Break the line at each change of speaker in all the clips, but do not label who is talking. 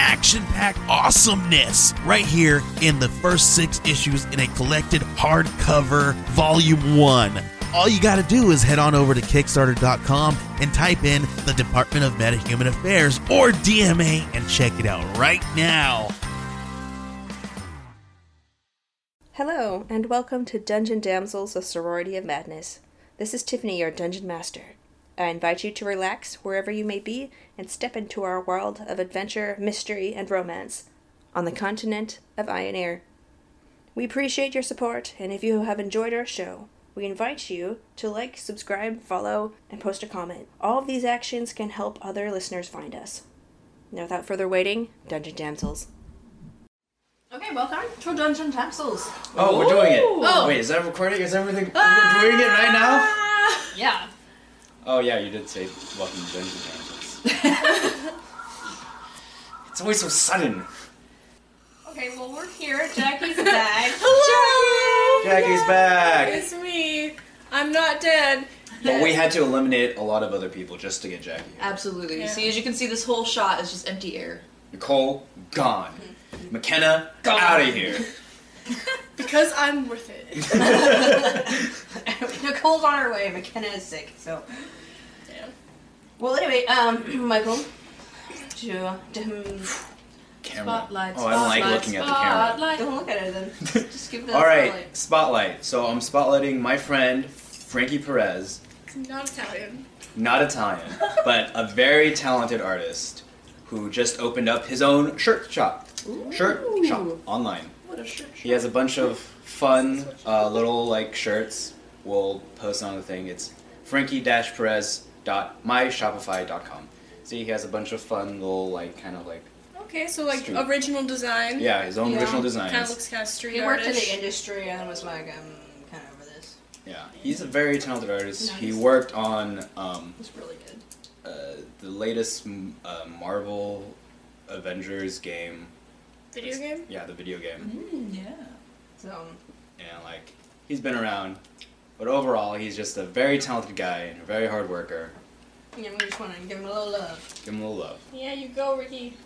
action packed awesomeness right here in the first six issues in a collected hardcover volume one. All you got to do is head on over to Kickstarter.com and type in the Department of Meta Human Affairs or DMA and check it out right now.
Hello, and welcome to Dungeon Damsels, a sorority of madness. This is Tiffany, your dungeon master. I invite you to relax wherever you may be and step into our world of adventure, mystery, and romance on the continent of Iron Air. We appreciate your support, and if you have enjoyed our show, we invite you to like, subscribe, follow, and post a comment. All of these actions can help other listeners find us. Now, without further waiting, Dungeon Damsels.
Okay, welcome to Dungeon Damsels.
Oh, we're doing it.
Oh.
Wait, is that recording? Is everything? We're doing it right now?
Yeah.
Oh, yeah, you did say welcome to Dungeon Damsels. it's always so sudden.
Okay, well we're here. Jackie's back.
Jackie's back!
It's me. I'm not dead.
But we had to eliminate a lot of other people just to get Jackie.
Absolutely. See, as you can see, this whole shot is just empty air.
Nicole, gone. McKenna, out of here.
Because I'm worth it.
Nicole's on her way. McKenna is sick, so. Well, anyway, um, Michael, to, to hmm, him,
Camera.
Spotlight,
oh, I don't like
spotlight,
looking at the camera.
don't look at her then. Just give that.
Alright, spotlight. So I'm spotlighting my friend, Frankie Perez.
It's not Italian.
not Italian, but a very talented artist who just opened up his own shirt shop. Shirt shop online.
What a shit.
He has a bunch of fun uh, little like shirts. We'll post on the thing. It's frankie-perez.myshopify.com. See, he has a bunch of fun little like kind of like
Okay, so like
Street.
original design.
yeah, his own
Yeah.
original
Kind of
designs.
looks kind of street
He worked in the
artish.
industry and was like, I'm kind of over this.
Yeah, he's a very talented artist. He
Nice.
worked on um,
It's really good.
uh, the latest mm, uh, Marvel Avengers game.
Video game.
Yeah, the video game.
Mm-hmm.
yeah. So. um,
and like he's been around. But overall, he's just a very talented guy and a very hard worker.
Yeah, we just want to give him a little love.
Give him a little love.
Yeah, you go, Ricky.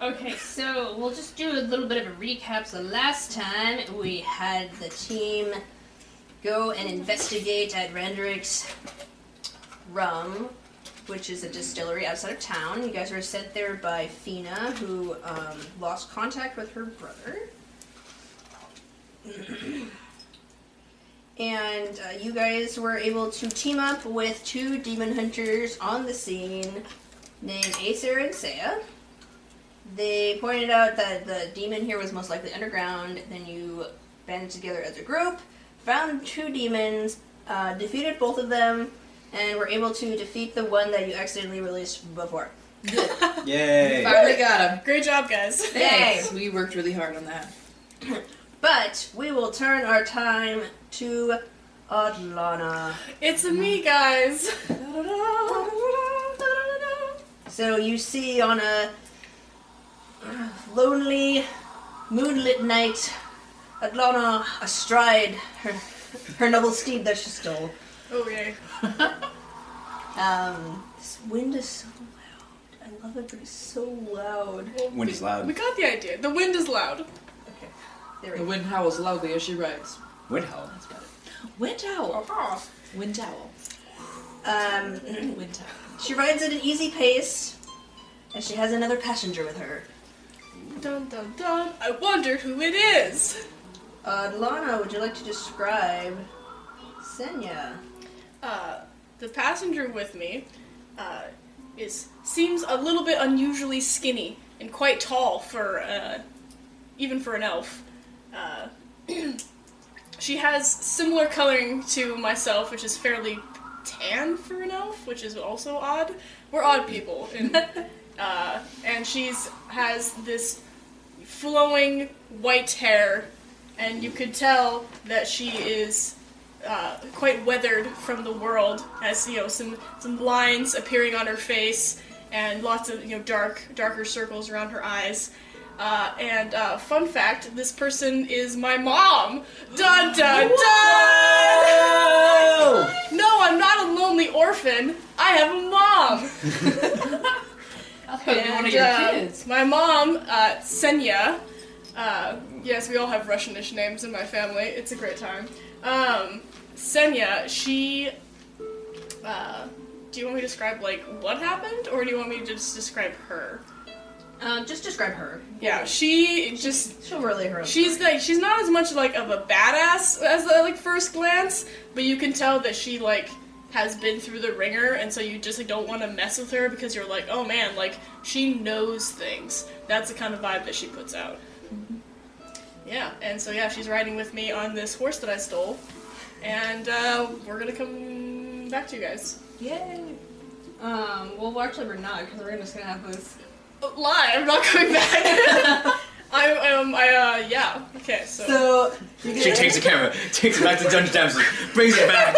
Okay, so we'll just do a little bit of a recap. So last time
We had the team go and investigate at Rendrick's Rum, which is a distillery outside of town. You guys were sent there by Fina, who um, lost contact with her brother. and uh, you guys were able to team up with two demon hunters on the scene named Acer and Saya. They pointed out that the demon here was most likely underground. Then you banded together as a group, found two demons, uh, defeated both of them, and were able to defeat the one that you accidentally released before.
Yay!
Finally got him.
Great job, guys.
Yay!
Thanks. We worked really hard on that.
But we will turn our time to Adlana.
It's me, guys.
So you see on a uh, lonely, moonlit night, Adlana astride her, her noble steed that she stole.
Okay.
Um, this wind is so loud. I love it, but it's so loud.
When he's
We
loud.
got the idea. The wind is loud.
There we
The
go.
wind howls loudly as she rides.
Would help.
That's about it. Wind howl. Wind howl.
Um,
Wind howl.
she rides at an easy pace, and she has another passenger with her.
Dun dun dun. I wonder who it is.
Uh, Lana, would you like to describe Senya?
Uh, the passenger with me uh, is seems a little bit unusually skinny and quite tall for uh, even for an elf. Uh, she has similar coloring to myself, which is fairly tan for an elf, which is also odd. We're odd people, and uh, and she's has this flowing white hair, and you could tell that she is uh, quite weathered from the world, as you know some some lines appearing on her face and lots of you know dark darker circles around her eyes. Uh, and uh, fun fact: this person is my mom. Dun dun dun!
Oh!
No, I'm not a lonely orphan. I have a mom.
I thought you were one
And,
of your
uh,
kids.
My mom, uh, Senya. Uh, yes, we all have Russianish names in my family. It's a great time. Um, Senya, she. Uh, do you want me to describe like what happened, or do you want me to just describe her?
Um, just describe her.
Yeah, she just
She'll relay her own.
She's like she's not as much like of a badass as at like first glance, but you can tell that she like has been through the ringer, and so you just like don't want to mess with her because you're like, oh man, like she knows things. That's the kind of vibe that she puts out. Mm-hmm. Yeah, and so yeah, she's riding with me on this horse that I stole, and uh, we're gonna come back to you guys
Yay!
Um, well, actually, we're not because we're just gonna have this.
Uh, lie. I'm not coming back. I um I uh yeah okay
So you
She
guys-
takes the camera, takes it back to Dungeon Damsel, brings it back.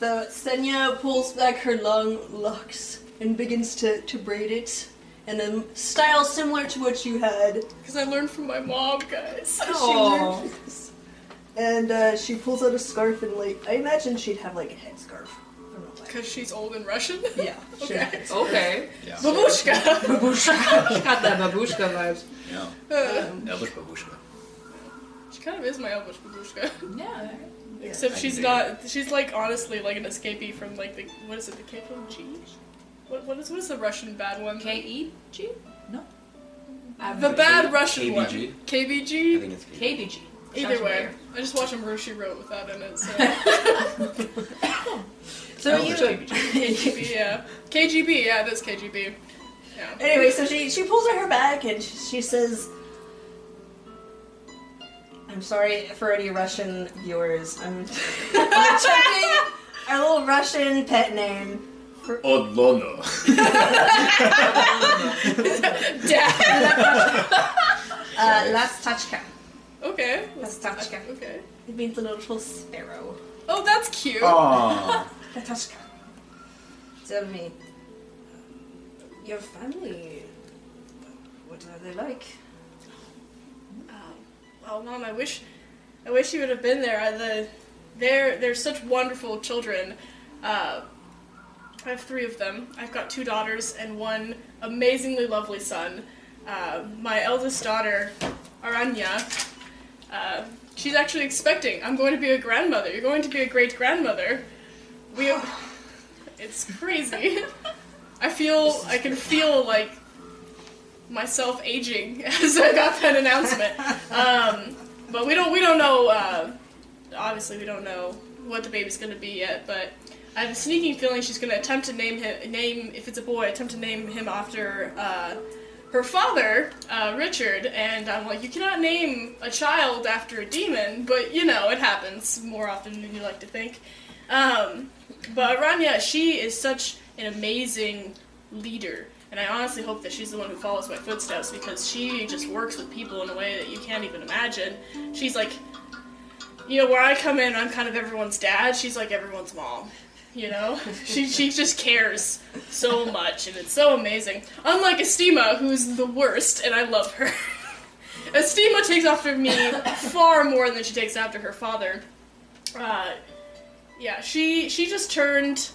So Senya pulls back her long locks and begins to, to braid it in a style similar to what you had.
because I learned from my mom, guys.
She
Aw.
learned this. And uh, she pulls out a scarf and like I imagine she'd have like a headscarf. I don't know
Because she's old and Russian?
why. Yeah. she had a
Okay.
headscarf.
Okay.
Yeah.
Babushka!
Babushka. Got that babushka vibes.
yeah.
Uh,
Elvish babushka.
she kind of is my Elvish Babushka.
Yeah.
Except
I
she's
dig
not, she's like honestly like an escapee from like the, what is it, the KPG? What, what, is, what is the Russian bad one?
K E G
the bad Russian one.
KBG? I
KBG?
think it's
K B G.
Either way. I just watched him Rushi wrote with that in it, so.
So
Oh,
you
it's KBG.
KGB, yeah. KGB, yeah, that's KGB. Yeah.
Anyway, so she she pulls her hair back and sh- she says, "I'm sorry for any Russian viewers. I'm, I'm attempting our little Russian pet name."
Odlono.
Dad!
Uh, Lastachka.
Okay.
Lastachka.
Okay.
It means a little sparrow.
Oh, that's cute.
Aw.
Lastachka. Tell me, your family. What are they like?
Um, oh, mom, I wish, I wish you would have been there. I, the, they're they're such wonderful children. Uh, I have three of them. I've got two daughters and one amazingly lovely son. Uh, my eldest daughter, Aranya, uh, she's actually expecting. I'm going to be a grandmother. You're going to be a great grandmother. We, it's crazy. I feel I can feel like myself aging as I got that announcement. Um, but we don't we don't know. Uh, obviously, we don't know what the baby's gonna be yet. But I have a sneaking feeling she's gonna attempt to name him name if it's a boy attempt to name him after uh, her father, uh, Richard. And I'm like, you cannot name a child after a demon, but you know it happens more often than you like to think. Um, but Rania, she is such an amazing leader, and I honestly hope that she's the one who follows my footsteps because she just works with people in a way that you can't even imagine. She's like, you know, where I come in, I'm kind of everyone's dad. She's like everyone's mom. You know, she she just cares so much, and it's so amazing. Unlike Estima, who's the worst, and I love her. Estima takes after me far more than she takes after her father. Uh, yeah, she she just turned,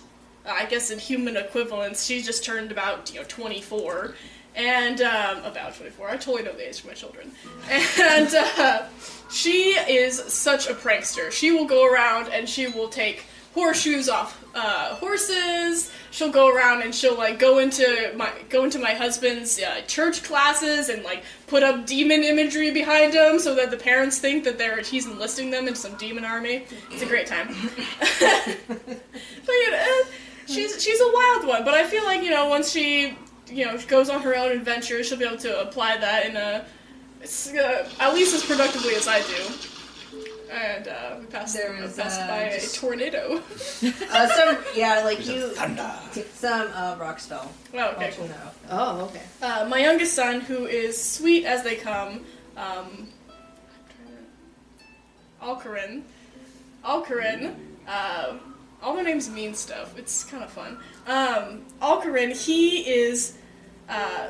uh, I guess in human equivalence, she just turned about you know 24, and um, about 24. I totally know the age of my children, and uh, she is such a prankster. She will go around and she will take horseshoes off uh, horses. She'll go around and she'll like go into my go into my husband's uh, church classes and like put up demon imagery behind him so that the parents think that they're he's enlisting them into some demon army. It's a great time. but you know, eh, she's she's a wild one. But I feel like you know once she you know goes on her own adventure, she'll be able to apply that in a s- uh, at least as productively as I do. and uh, we passed
There
uh,
was,
Best
uh,
by
just-
a tornado.
Uh, some, yeah, like
There's a
you,
thunder.
some uh, rocks fell.
oh, okay,
Okay,
cool.
Oh, okay.
Uh, my youngest son, who is sweet as they come, um, Alcarin. Alcarin. Uh, all their names mean stuff. It's kind of fun. Um, Alcarin, he is uh,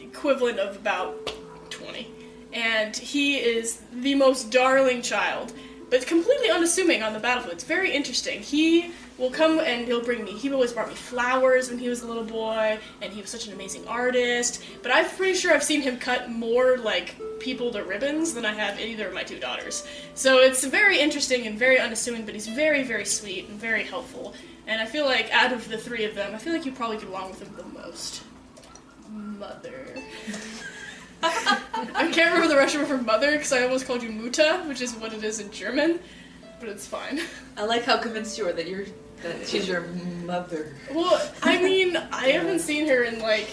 equivalent of about 20. And he is the most darling child, but completely unassuming on the battlefield. It's very interesting. He will come and he'll bring me, he always brought me flowers when he was a little boy, and he was such an amazing artist. But I'm pretty sure I've seen him cut more, like, people to ribbons than I have either of my two daughters. So it's very interesting and very unassuming, but he's very, very sweet and very helpful. And I feel like out of the three of them, I feel like you probably get along with him the most mother. I can't remember the Russian word for mother because I almost called you Mutter, which is what it is in German, but it's fine.
I like how convinced you are that you're that she's your mother.
Well, I mean, I haven't seen her in like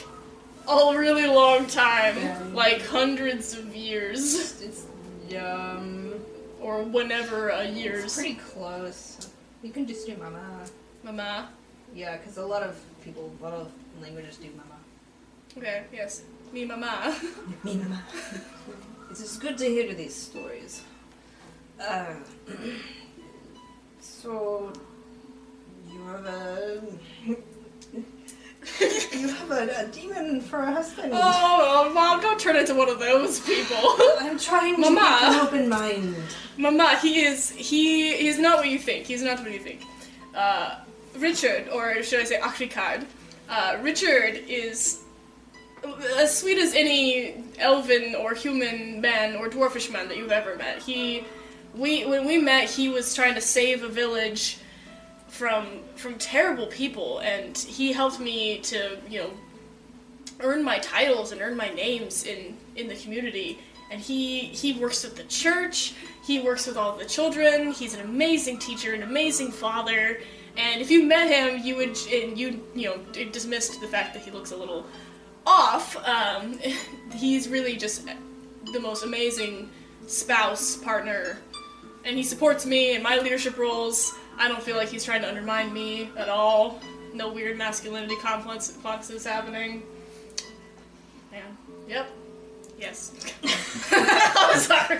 a really long time
Yeah.
like hundreds of years,
it's um,
or whenever a
it's
year's.
pretty close. You can just do mama.
Mama.
Yeah, because a lot of people, a lot of languages do mama.
Okay, yes. Me, Mama.
Me, mama.
It's just good to hear these stories. Uh, so, you have a. you have a, a demon for a husband.
oh, Mom, don't turn into one of those people.
I'm trying to
Mama.
keep an open mind.
Mama, he is he he's not what you think. He's not what you think. Uh, Richard, or should I say Akrikard? Uh, Richard is as sweet as any elven or human man or dwarfish man that you've ever met. He, we when we met, he was trying to save a village from from terrible people, and he helped me to you know earn my titles and earn my names in in the community and he he works with the church he works with all the children he's an amazing teacher an amazing father and if you met him you would and you you know d- dismissed the fact that he looks a little off um, he's really just the most amazing spouse partner and he supports me in my leadership roles i don't feel like he's trying to undermine me at all no weird masculinity complex complexes happening Man. Yep. Yes. I'm sorry.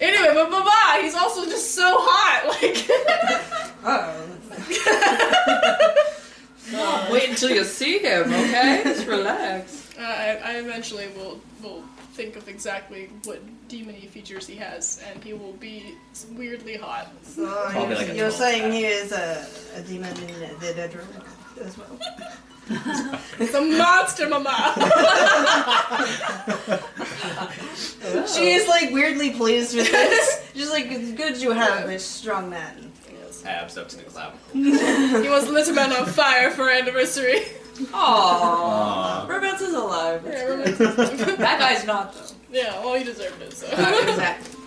anyway, but Baba, he's also just so hot. Like,
Oh,
Wait until you see him, okay? Just relax.
uh, I, I eventually will will think of exactly what demony features he has, and he will be weirdly hot.
so
Probably
you're,
like a 12
you're saying
pack.
he is a, a demon in the bedroom as well.
It's a monster, Mama.
She is like weirdly pleased with this. She's like, it's good you have a strong man.
Abs up to the clavicle.
he wants Little Man on fire for our anniversary.
Aww.
Aw.
Romance is alive.
yeah, romance-
That guy's not though.
yeah, well, he deserved it. So.
exactly.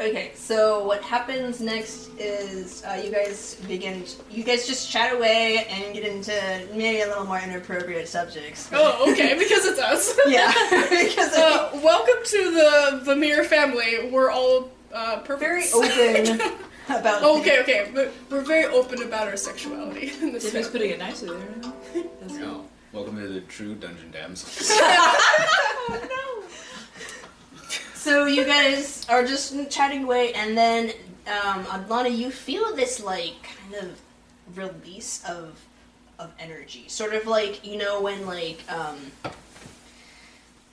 Okay, so what happens next is uh, you guys begin. You guys just chat away and get into maybe a little more inappropriate subjects.
oh, okay, because it's us.
Yeah, because
Uh, welcome to the Vamir family. We're all uh,
Very
perfect.
open. about
Oh, okay, okay, but we're very open about our sexuality in this
He's
family.
putting it nicely there. That's good.
No. Welcome to the true dungeon damsel.
So you guys are just chatting away, and then um, Adlana, you feel this like kind of release of of energy, sort of like you know when like um,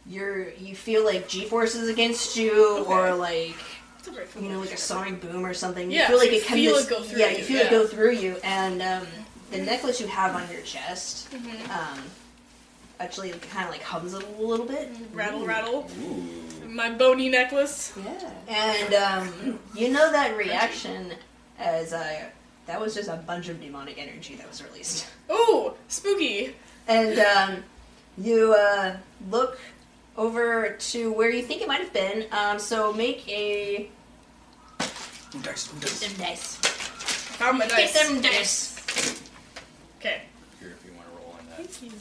you're you feel like G forces against you, or like
That's a very
you know like a sonic boom or something.
Yeah,
you feel like
you
it kind
feel
of
it go through
yeah, you
you,
feel
yeah.
it go through you, and um, the necklace you have on your chest um, actually kind of like hums a little bit.
rattle, rattle.
Ooh.
My bony necklace.
Yeah.
And um, you know that reaction as I. That was just a bunch of demonic energy that was released.
Ooh, spooky.
And um, you uh, look over to where you think it might have been. Um, so make a.
Dice, dice.
Some dice.
Found my
Get
dice.
them dice.
Okay.
Here, if you want to roll on that.
Thank you.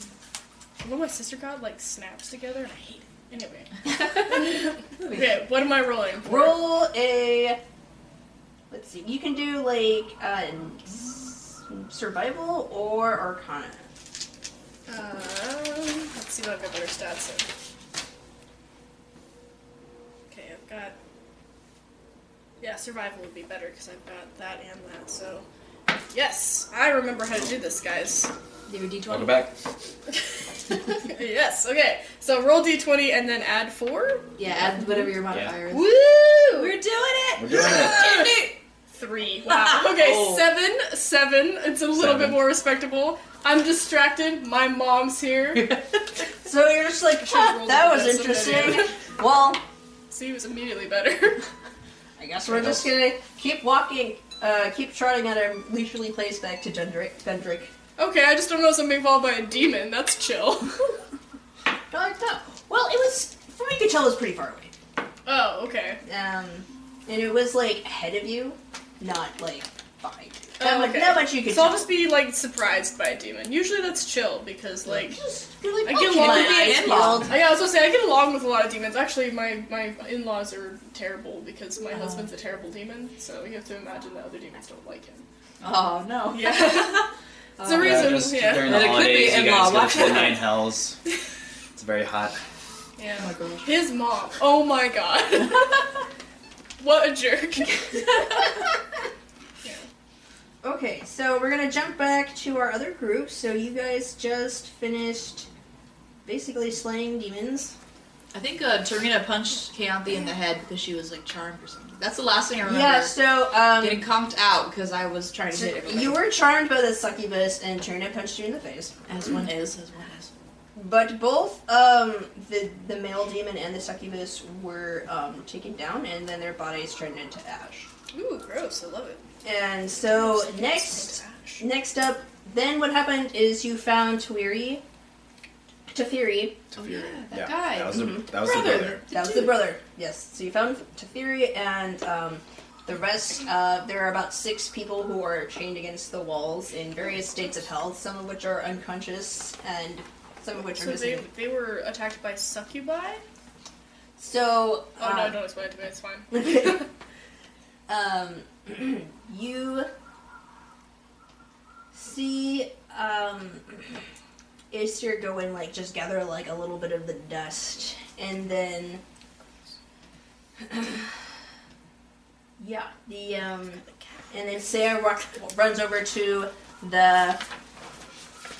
You know my sister got like snaps together, and I hate it. Anyway. okay, what am I rolling? for?
Roll a
Let's see. You can do like uh, s- survival or arcana.
Um, let's see what I've got better stats in. Okay, I've got. Yeah, survival would be better because I've got that and that. So, yes, I remember how to do this, guys.
Do your d20.
Welcome back.
yes. Okay. So roll d20 and then add four.
Yeah, add whatever your modifier is.
Woo!
We're doing
We're
it.
doing it.
Three. Wow. Okay,
Oh.
seven, seven. It's a little bit
Seven.
more respectable. I'm distracted. My mom's here.
So you're just like,
Should've
"Huh,
rolled
that
a
was
bit, so maybe-
interesting. well,
See, it was immediately better.
I guess we're just gonna keep walking, uh, keep trotting at a leisurely pace back to Dundrick. Dundrick.
okay, I just don't know something followed by a demon. That's chill.
I like that. Well, it was from what you could tell, it was pretty far away.
oh, okay.
Um, and it was like ahead of you, not like behind. you. That,
Oh,
much,
okay.
that much you could
So I'll
tell.
just be like surprised by a demon. Usually that's chill because like
Just- you're like,
I get
okay,
along-
my
it could be
an
eyes
in-law.
peeled.
I, Uh, yeah, I was gonna say I get along with a lot of demons. Actually, my my in-laws are terrible because my husband's a terrible demon. So you have to imagine that other demons don't like him.
Oh no.
Yeah, it's a
Yeah,
reason.
just
yeah.
during the
And it could be
holidays, you guys
in-law.
go to the nine hells. It's very hot.
Yeah.
Oh my gosh.
His mom. Oh my god. what a jerk.
Okay, so we're gonna jump back to our other group. So you guys just finished basically slaying demons.
I think uh, Tarina punched Keonthi in the head because she was like charmed or something. That's the last thing I remember.
Yeah. So um,
Getting conked out because I was trying to
So
hit everybody.
you were charmed by the succubus and Trina punched you in the face.
as one is, as one is.
But both um, the the male demon and the succubus were um, taken down and then their bodies turned into ash.
Ooh, gross. I love it.
And so next next up then what happened is you found Tweary Teferi.
To Fury.
that
yeah,
guy.
That was, the that was the
Brother.
brother.
That was the brother. Yes. So you found Teferi and um, the rest. Uh, there are about six people who are chained against the walls in various states of health, some of which are unconscious and some of which are
So they,
missing.
they were attacked by succubi?
So,
Oh no,
um,
don't explain it to me, it's fine.
um, you see um, Aesir go and like just gather like a little bit of the dust, and then yeah, the um, and then Sarah ru- runs over to the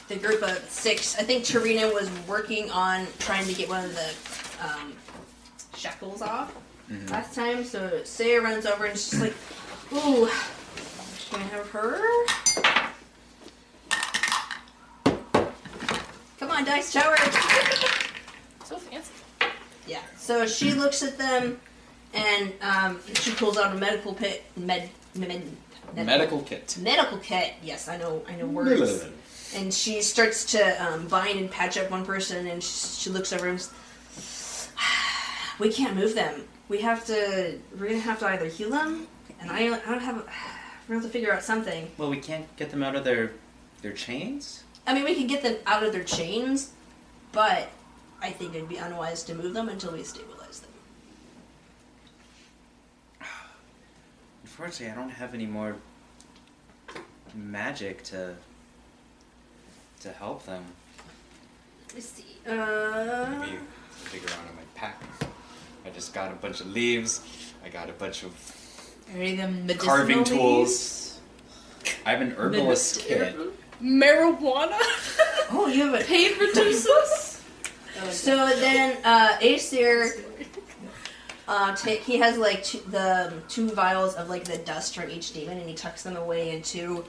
the group of six. I think Tarina was working on trying to get one of the um, shackles off last time. So Saya runs over and she's like, "Ooh, can I have her?" Come on, dice tower.
So fancy.
yeah. So she looks at them, and um, she pulls out a medical pit med med. med-
Medical kit.
Medical kit. Yes, I know. I know words. And she starts to um, bind and patch up one person, and she, she looks over and s- we can't move them. We have to. We're gonna have to either heal them, and I, I don't have. We're gonna have to figure out something.
Well, we can't get them out of their their chains.
I mean, we can get them out of their chains, but I think it'd be unwise to move them until we stabilize them.
Unfortunately, I don't have any more magic to to help them.
Let's see.
Maybe
Uh,
figure out in my pack. I just got a bunch of leaves. I got a bunch of
Are any of them medicinal
carving
leaves?
tools. I have an herbalist kit.
Marijuana?
oh, you have a
Pain reduces?
So then, uh, Aesir, uh, ta he has like two, the um, two vials of like the dust from each demon, and he tucks them away into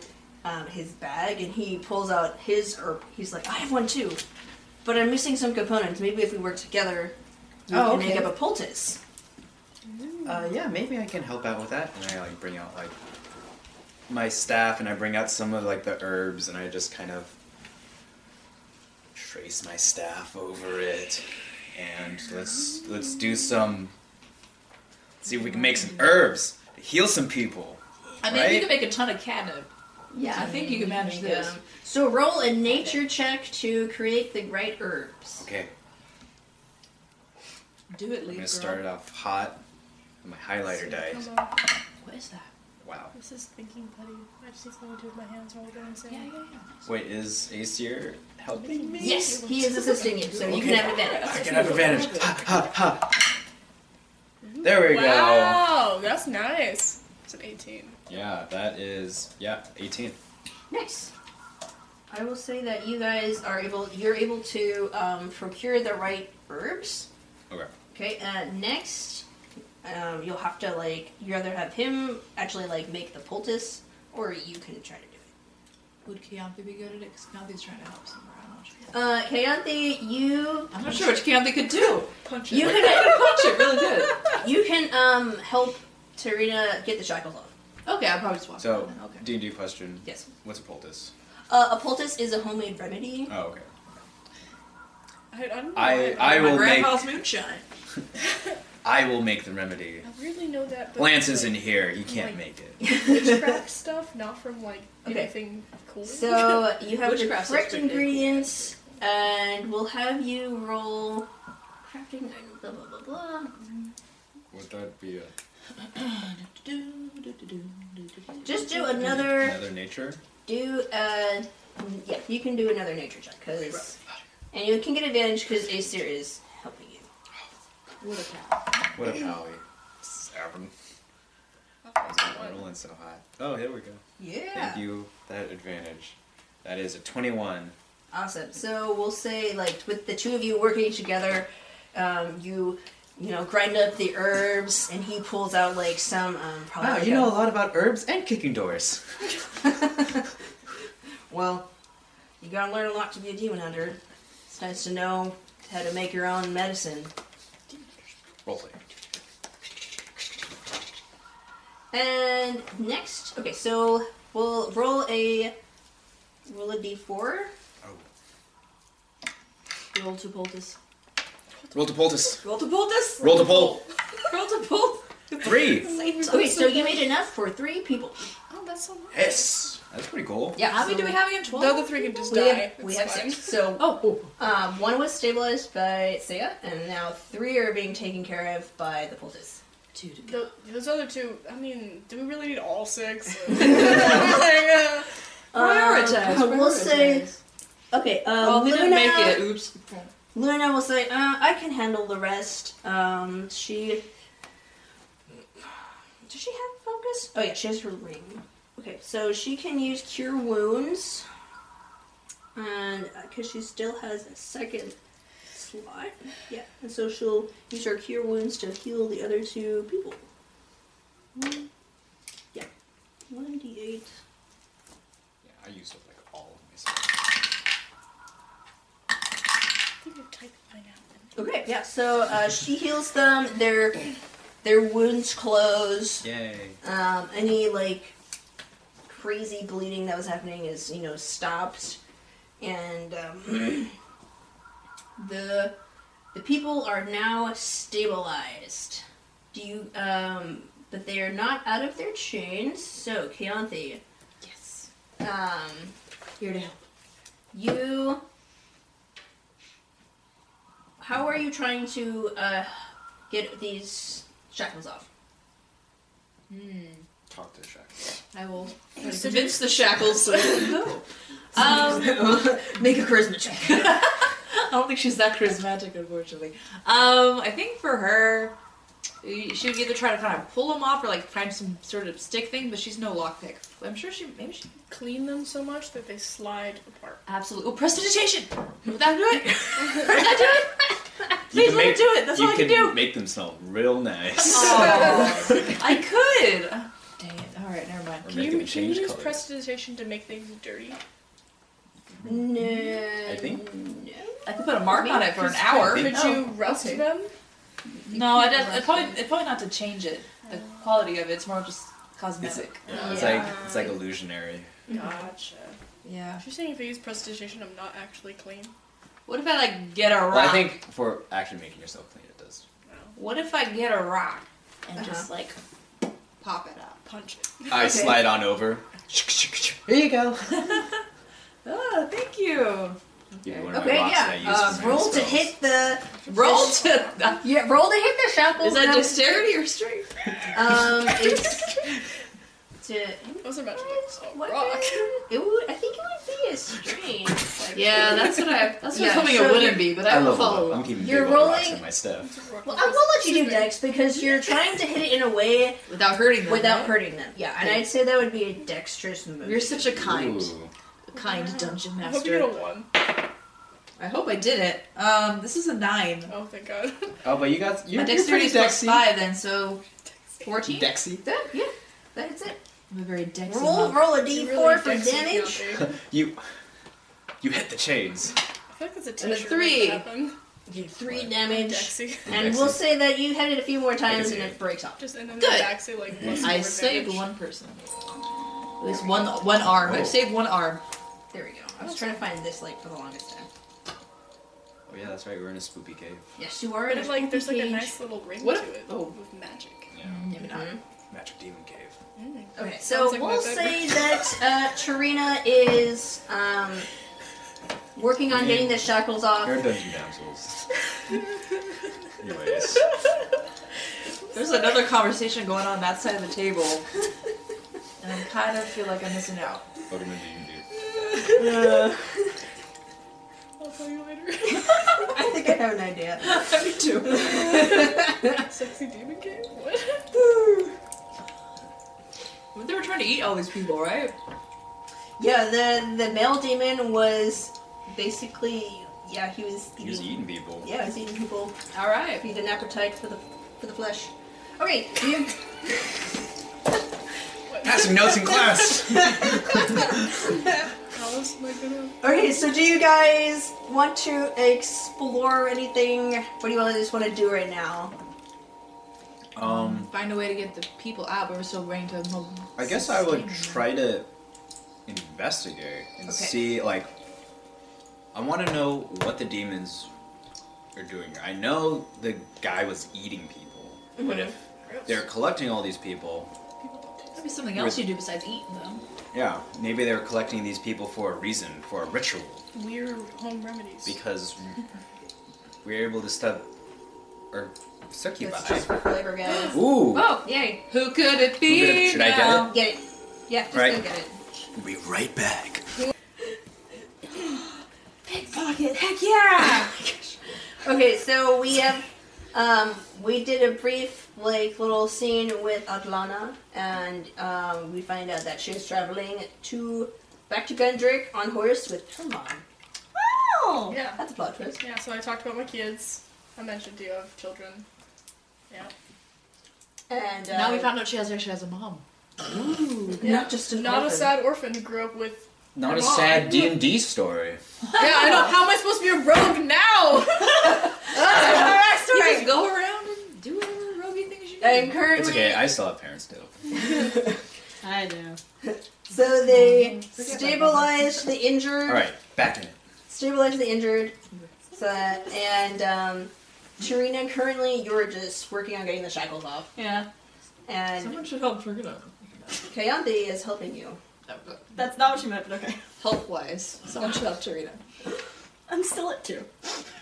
um, his bag, and he pulls out his herb. He's like, I have one too, but I'm missing some components. Maybe if we work together, we
Oh,
can make
okay.
up a poultice.
Uh, yeah, maybe I can help out with that. And I like bring out like my staff, and I bring out some of like the herbs, and I just kind of trace my staff over it, and let's let's do some. See if we can make some herbs to heal some people.
I mean,
Right?
you can make a ton of catnip.
Yeah,
I think you can manage this.
So roll a nature check to create the right herbs.
Okay,
Do
I'm
it, Lee.
gonna
girl.
start it off hot with my highlighter dice.
What is that?
Wow.
This is thinking putty. I just need something to do with my hands while I'm saying.
Yeah, yeah,
Wait, is Aesir helping me?
Yes, he is assisting you, so you can
Okay.
have advantage.
I can have advantage. Ha, ha, ha. There we go.
Wow, that's nice. It's an 18.
Yeah, that is yeah, 18.
Nice. I will say that you guys are able. You're able to um, procure the right herbs.
Okay.
Okay. Uh, next, um, you'll have to like. You either have him actually like make the poultice, or you can try to do it.
Would Keonthi be good at it? Because Keonthi's trying to help somewhere. I'm not sure.
Uh, Kayanthi, you
I'm not sure what Keonthi could do.
Punch it.
you
Like,
can
Punch it really good.
you can um help Tarina get the shackles off.
Okay, I'll probably just walk
So
around then. Okay.
D&D question.
Yes.
What's a poultice?
Uh, a poultice is a homemade remedy.
Oh, okay.
I, I don't know.
I
why-
I
My
will make
grandpa's moonshine.
I will make the remedy.
I really know that. But
Lance is
like,
in here. You can't
Like-
make it.
witchcraft stuff, not from like
Okay.
anything cool.
So you have the
Witchcraft's
correct
expected.
ingredients, and we'll have you roll crafting. item, Blah blah blah blah.
Would that be a,
Just do another.
another nature?
Do uh, yeah, you can do another nature check because, and you can get advantage because Aesir is helping you.
What a cow.
What a pally. Seven. I'm rolling so high. Oh, here we go.
Yeah.
Thank you. That advantage. That is a 21.
Awesome. So we'll say like with the two of you working together, um, you you know grind up the herbs, and he pulls out like some um, probably.
Wow,
like
you
a-
know a lot about herbs and kicking doors.
Well, you gotta learn a lot to be a demon hunter. It's nice to know how to make your own medicine.
Roleplay.
And next, okay, so we'll roll a roll a d4.
Oh.
Oh. Roll to poultice.
Roll to poultice.
Roll to poultice.
Roll to pole.
Roll to poultice.
Three.
Okay, so you made enough for three people.
Oh, that's so nice.
Yes. That's pretty cool.
Yeah.
How many do we have again?
The
Twelve.
other three can just
We
die.
have, we
It's
have
fine.
six. So
Oh, oh.
um, one was stabilized by Saya, and now three are being taken care of by the poultice.
two to go.
Tho- those other two, I mean, do we really need all six? Like, uh,
Prioritize.
Um, we'll say-
prioritize.
Okay, uh,
Oh, they didn't make
Luna-
it. Oops.
Luna will say, uh, I can handle the rest. Um, she. Does she have focus? Oh, yeah, she has her ring. Okay, so she can use Cure Wounds. And because she still has a second slot. Yeah, and so she'll use her Cure Wounds to heal the other two people. One- Yeah. 1d8.
Yeah, I used up like all of my stuff.
I think I've typed mine out.
Okay, yeah, so uh, she heals them. Their, their wounds close.
Yay.
Um, any like crazy bleeding that was happening is you know stopped, and um, the the people are now stabilized. Do you? Um, but they are not out of their chains. So Keonthi,
Yes.
um,
Here to help.
you. How are you trying to uh, get these shackles off?
Hmm.
Talk to Shaq.
I will try to convince the shackles so they go. Um,
Make a charisma check.
I don't think she's that charismatic, unfortunately. Um, I think for her, she would either try to kind of pull them off or like find some sort of stick thing. But she's no lockpick. I'm sure she maybe she
Clean them so much that they slide apart.
absolutely. Oh, prestidigitation. Would that do it? Would that do it? Please let her
make-
do it. That's
you
all I can, do.
make them smell real nice.
Oh, I could. Oh, dang it. All right, never mind.
Or
Can
make
you,
them
can you
change
use
colors.
prestidigitation to make things dirty?
no.
I think.
I could put a mark on it for an hour.
Could
No.
you rust
okay.
them?
No, I don't. It probably, it probably not to change it. The quality of it, it's more just
It's,
cosmetic.
yeah, it's
Yeah.
like it's like illusionary.
Gotcha.
Yeah.
She's saying if I use prestidigitation, I'm not actually clean.
What if I like get a rock?
Well, I think for actually making yourself clean, it does.
What if I get a rock and
Uh-huh.
just like pop it up?
Punch it.
I
Okay.
slide on over. Here you go.
Oh, thank you.
You one of my
Okay,
rocks that I
yeah.
use
Uh,
for my
roll to
spells.
hit the
Roll to.
yeah. Roll to hit the shackles.
Is that
now.
Um, dexterity or strength?
um? It's to
Those are magical. Oh,
what
rock.
it would, I think it would be a strange. Like,
Yeah, that's what I. That's what I was
Yeah,
hoping
so
it wouldn't
you-
be, but I,
I
will
love
follow
rock. I'm
along.
keeping
You're
big old rocks
rolling-
in my stuff.
Well, I will let you do dex because you're trying to hit it in a way
without hurting them.
without
Uh-huh.
right?
hurting them. Yeah, and I'd say that would be a dexterous move.
You're such a kind,
Ooh.
kind dungeon
I hope you get a
master.
one.
I hope I did it. Um, this is a nine.
Oh, thank God.
Oh, but you got
My
you're, you're
dexterity
pretty
is plus
dexy.
five, then so fourteen.
Dexy.
That- yeah,
That's it.
I'm a very dexy.
Roll,
monk.
roll a d4
You really
for
dexed me out,
damage.
babe.
You you hit the chains.
I feel like that's a
And a
teacher.
three.
You do three
Right.
damage,
Dexy.
and
Dexy.
we'll say that you hit it a few more times
see
and
it.
it breaks off.
Just and then
Good.
the Daxi like. plus
I
four
saved
damage.
one person. At least one one arm.
Oh.
I've saved one arm.
There we go. I was trying to find this like for the longest time.
Oh yeah, that's right. We're in a spoopy cave.
Yes, you are.
But
in
it,
a
like there's like a
cage.
nice little ring
What
to
if-
it
oh.
with magic.
Yeah.
Maybe not.
Mhm.
Magic demon cave.
Okay,
Sounds
so
like my
we'll
bedroom.
say that uh, Tarina is um, working on getting the shackles off.
You're dungeon damsels. Anyways,
There's another conversation going on that side of the table, and I kind of feel like I'm missing out.
welcome to D&D.
I'll tell you later.
I think I have an idea.
Me too.
Sexy demon game? What?
They were trying to eat all these people, right?
Yeah, the the male demon was basically yeah he was
He was eating people.
yeah he was eating people.
All right.
He had an appetite for the for the flesh. Okay, you
Passing notes in class.
How else am I gonna?
okay. So do you guys want to explore anything? What do you all just want to do right now?
um,
Find a way to get the people out, but we're still waiting to.
I guess I would try to investigate and
Okay.
see. Like, I want to know what the demons are doing. here. I know the guy was eating people, but if they're collecting all these people,
Maybe something else you do besides eating them.
yeah, maybe they're collecting these people for a reason, for a ritual.
Weird home remedies.
because we're able to stop our succubi.
That's just for flavor, guys.
Ooh,
Oh, yay!
Who could it be?
Who could it- should I get
now?
Get it. Yeah, just
Right.
go get it.
we'll be right back.
Pickpocket, heck yeah! okay, so we have, um, we did a brief, like, little scene with Atlana, and, um, we find out that she was traveling to, back to Gundrick on horse with her mom.
Oh.
Yeah.
That's a plot twist.
Yeah. So I talked about my kids. I mentioned do you have children? Yeah.
And, uh,
Now we found out she has actually has a mom.
not just an
Not a
orphan.
sad orphan who grew up with.
Not a
Come on.
sad D and D story.
Yeah, I know. How am I supposed to be a rogue now?
You just go around and do whatever roguey things you do.
And
It's
currently,
okay. I still have parents still.
I know.
so they stabilized the injured.
All right, back in it.
stabilize the injured. So, and um, Tarina, currently you're just working on getting the shackles off,
yeah.
and
Someone should help figure it out.
Kayante is helping you.
That's not what she meant, but okay.
Health wise,
Someone should help Tarita. I'm still at two.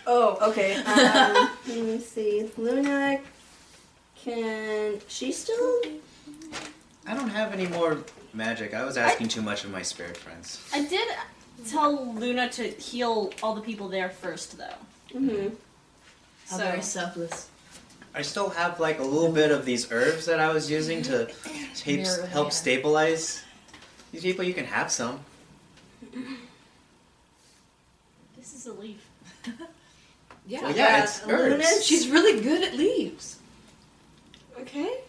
Oh, okay. Um, let me see. Luna can she still?
I don't have any more magic. I was asking too much of my spirit friends.
I did tell Luna to heal all the people there first, though.
hmm
so
So-
very selfless.
I still have like a little bit of these herbs that I was using to tape,
Marijuana.
help stabilize these people. You can have some.
This is a leaf.
Yeah.
Well, yeah, it's herbs.
She's really good at leaves.
Okay.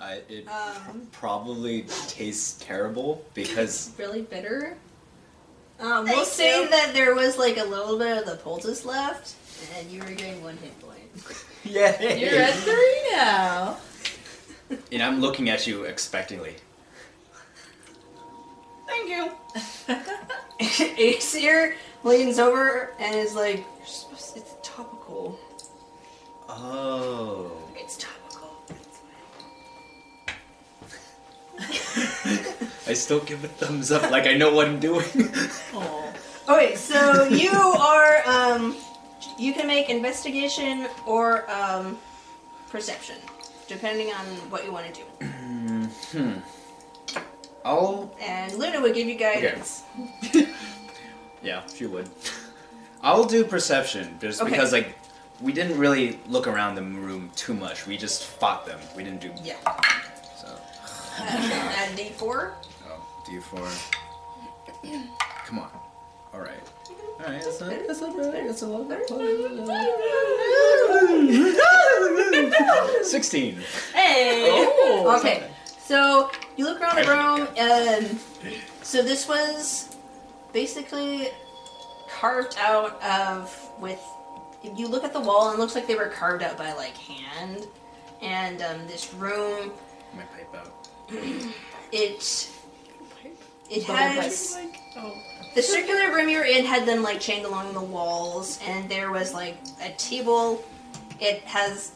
I, it
Um.
probably tastes terrible because
Really bitter. Um, we'll
Thank
say
you.
that there was like a little bit of the poultice left, and you were getting one hit point.
yeah.
You're at three now.
And I'm looking at you expectantly.
Thank you.
Aesir leans over and is like, You're supposed to, it's topical.
Oh.
It's topical.
I still give a thumbs up like I know what I'm doing.
Okay, so you are, um, you can make investigation or, um, perception, depending on what you want to do.
Hmm. I'll
And Luna would give you guidance.
Yeah, she would. I'll do perception just
Okay.
because like we didn't really look around the room too much. We just fought them. We didn't do
Yeah.
so.
Uh, add D4.
Oh, D four. Come on. All right. All right. That's not. That's not bad. That's a lot. Sixteen.
Hey.
Oh.
Okay. So you look around the room. Um, so this was basically carved out of with. If you look at the wall, and it looks like they were carved out by like hand. And um, this room,
My pipe out.
it it
Bubble
has
Like, oh,
the circular room you were in had them like chained along the walls, and there was like a table. It has,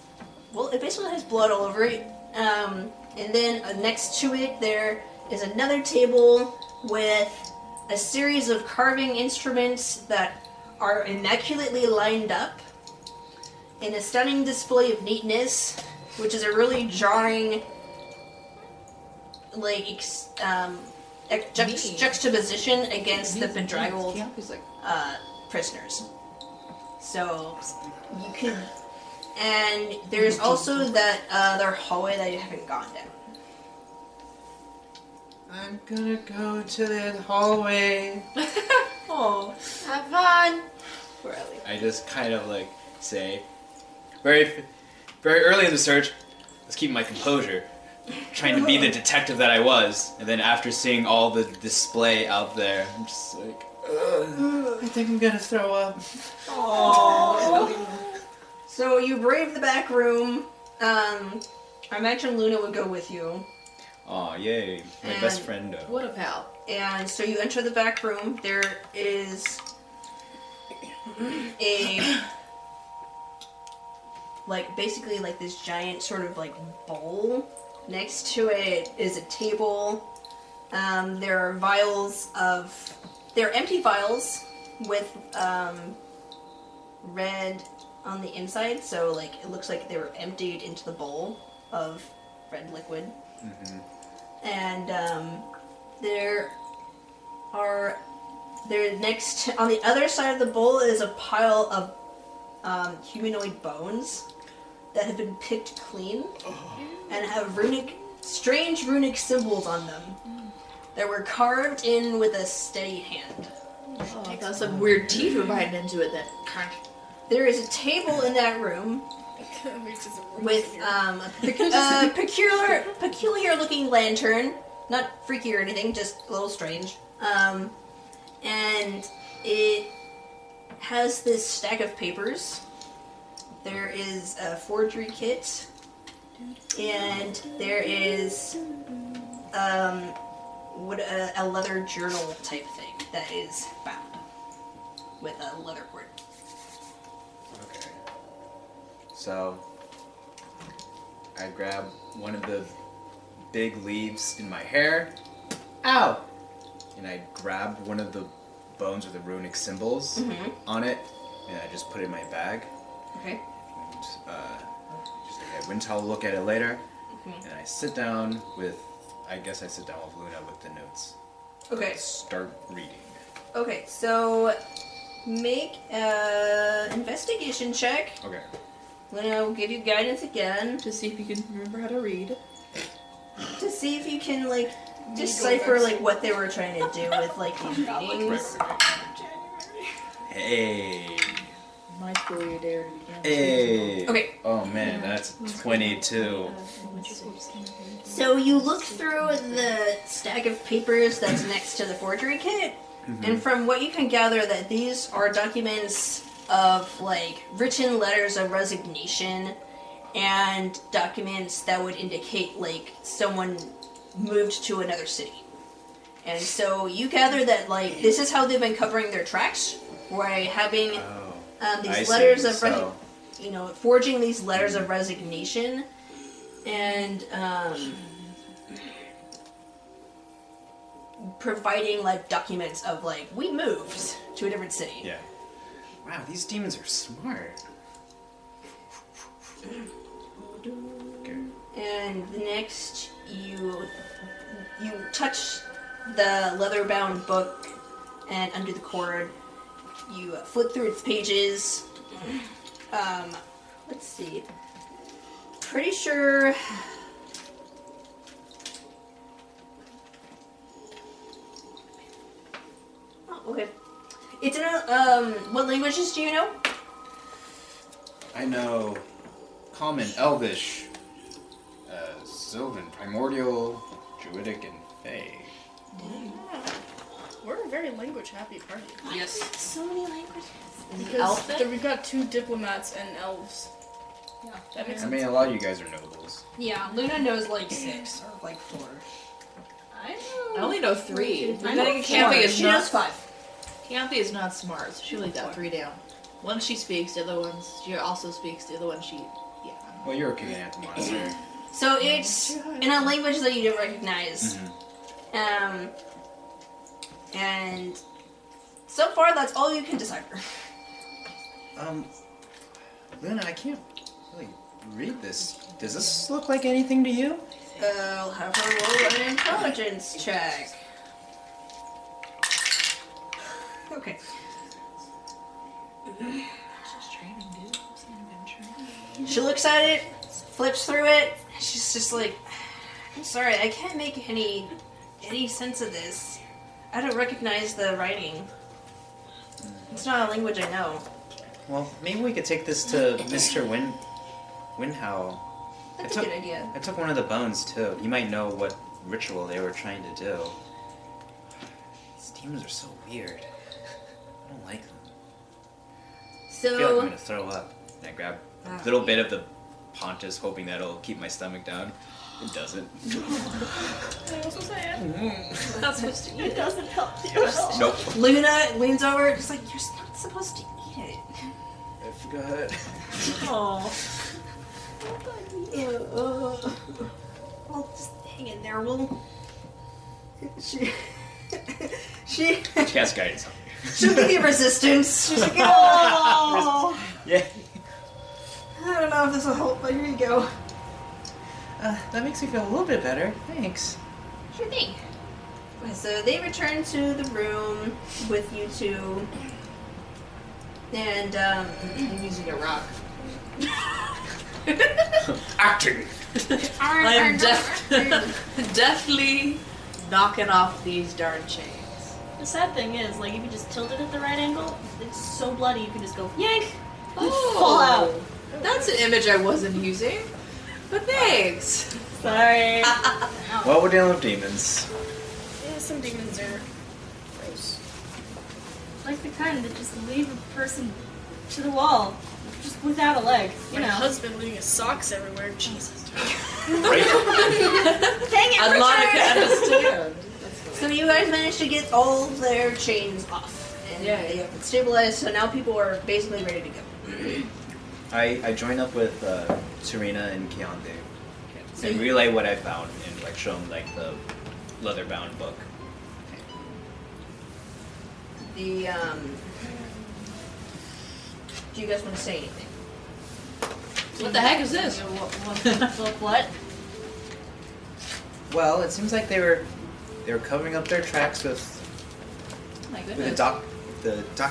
well, it basically has blood all over it. Um, and then uh, next to it, there is another table with a series of carving instruments that are immaculately lined up in a stunning display of neatness, which is a really jarring, like, ex- um, ex- jux-
Neat.
juxtaposition against the bedraggled
Yeah, he's like,
uh, prisoners. So you can, and there's also that other hallway that you haven't gone down.
I'm gonna go to that hallway.
Oh,
Have fun.
Really?
I just kind of like say, very, very early in the search, let's keep my composure, trying to be the detective that I was, and then after seeing all the display out there, I'm just like, "Ugh, I think I'm gonna throw up.
So you brave the back room. Um, I imagine Luna would go with you,
Aw, yay, my best
And-
friend. uh,
what a pal.
and so you enter the back room. There is a like basically like this giant sort of like bowl. Next to it is a table. Um, there are vials of there are empty vials with um, red on the inside, so like it looks like they were emptied into the bowl of red liquid. And um, there are there next on the other side of the bowl is a pile of um, humanoid bones that have been picked clean and have runic, strange runic symbols on them that were carved in with a steady hand.
Oh, that's some weird teeth were biting into it then.
There is a table in that room
which is a room
with
figure.
um, a pe- uh, peculiar, peculiar looking lantern. Not freaky or anything, just a little strange. Um, and it has this stack of papers. There is a forgery kit, and there is um, what a, a leather journal type thing that is bound with a leather cord.
Okay. So I grab one of the big leaves in my hair. Ow! And I grab one of the bones with the runic symbols
Mhm.
on it, and I just put it in my bag.
Okay.
And, uh, just like, I went to look at it later.
Mhm.
And I sit down with, I guess I sit down with Luna with the notes.
Okay.
Start reading.
Okay, so make a investigation check.
Okay.
Luna will give you guidance again
To see if you can remember how to read.
to see if you can like decipher like what they were trying to do with like these readings.
Hey.
My school year dare to begin.
Hey.
Okay.
Oh man, that's 22.
So you look through the stack of papers that's next to the forgery kit, and from what you can gather, that these are documents of like written letters of resignation and documents that would indicate like someone moved to another city. And so you gather that like this is how they've been covering their tracks by having
Oh.
um, these
I see,
letters of resi-
so-
you know, forging these letters of resignation, and um, providing like documents of like we moved to a different city.
Yeah. Wow, these demons are smart.
Um, Oh, um,
uh, Mm-hmm. Um, "Oh."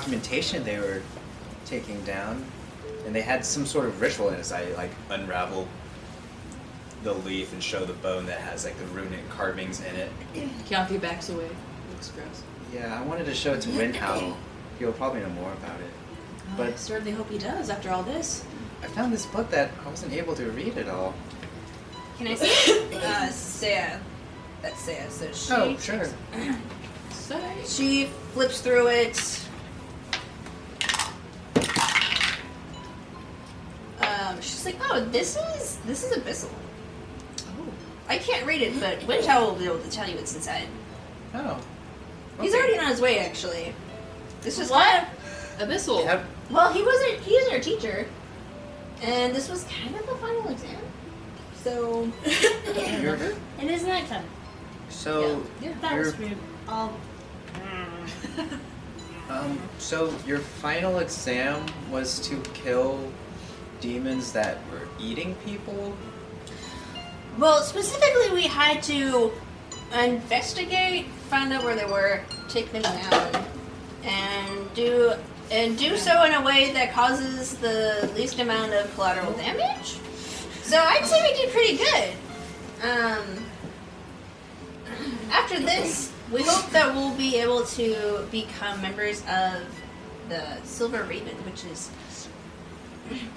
um,
Um,
Oh, Um, oh,
Uh,
demons that were eating people?
Well, specifically, we had to investigate, find out where they were, take them down, and do and do so in a way that causes the least amount of collateral damage. So I'd say we did pretty good. Um, after this, we hope that we'll be able to become members of the Silver Raven, which is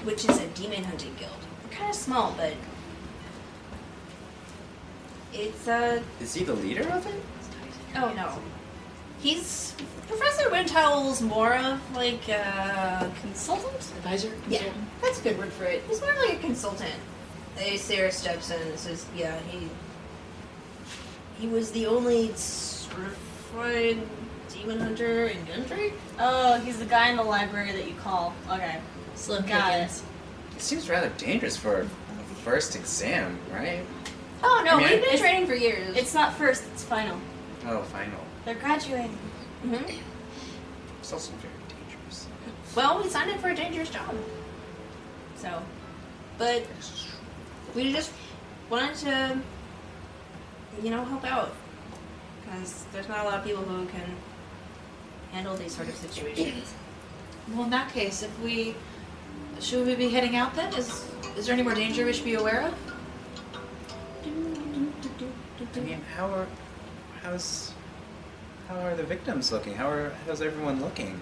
which is a demon hunting guild. We're kind of small, but it's uh
Is he the leader of it?
oh no, he's Professor Wintowell's more of like a consultant.
Advisor?
Yeah, that's a good word for it. He's more like a consultant. Hey, Sarah steps in and says, "Yeah, he he was the only certified demon hunter in Gundry."
Oh, he's the guy in the library that you call. Okay.
Slim
Got
pickings.
It seems rather dangerous for a first exam, right?
Oh no,
I mean,
we've been
it's-
training for years.
It's not first, it's final.
Oh, final.
They're graduating.
Mhm.
It's also very dangerous.
Well, we signed up for a dangerous job. So, but we just wanted to, you know, help out. Because there's not a lot of people who can handle these sort of situations.
Well, in that case, if we should we be heading out then? Is is there any more danger we should be aware of?
I mean, how are how's how are the victims looking? How are how's everyone looking?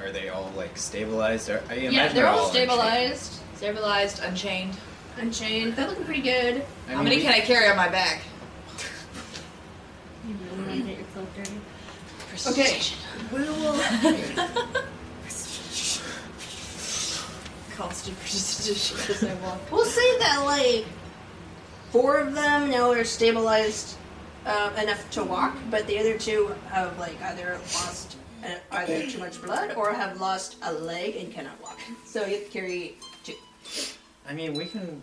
Are they all like stabilized? Are, I
yeah,
imagine
they're all
all unchained.
stabilized, stabilized, unchained.
Unchained, they're looking pretty good.
I
How
mean,
many
we-
can I carry on my back?
You really get yourself dirty.
Okay. Constant precision as I walk.
We'll say that, like, four of them now are stabilized um, enough to walk, but the other two have, like, either lost uh, either too much blood or have lost a leg and cannot walk. So you have to carry two.
I mean, we can.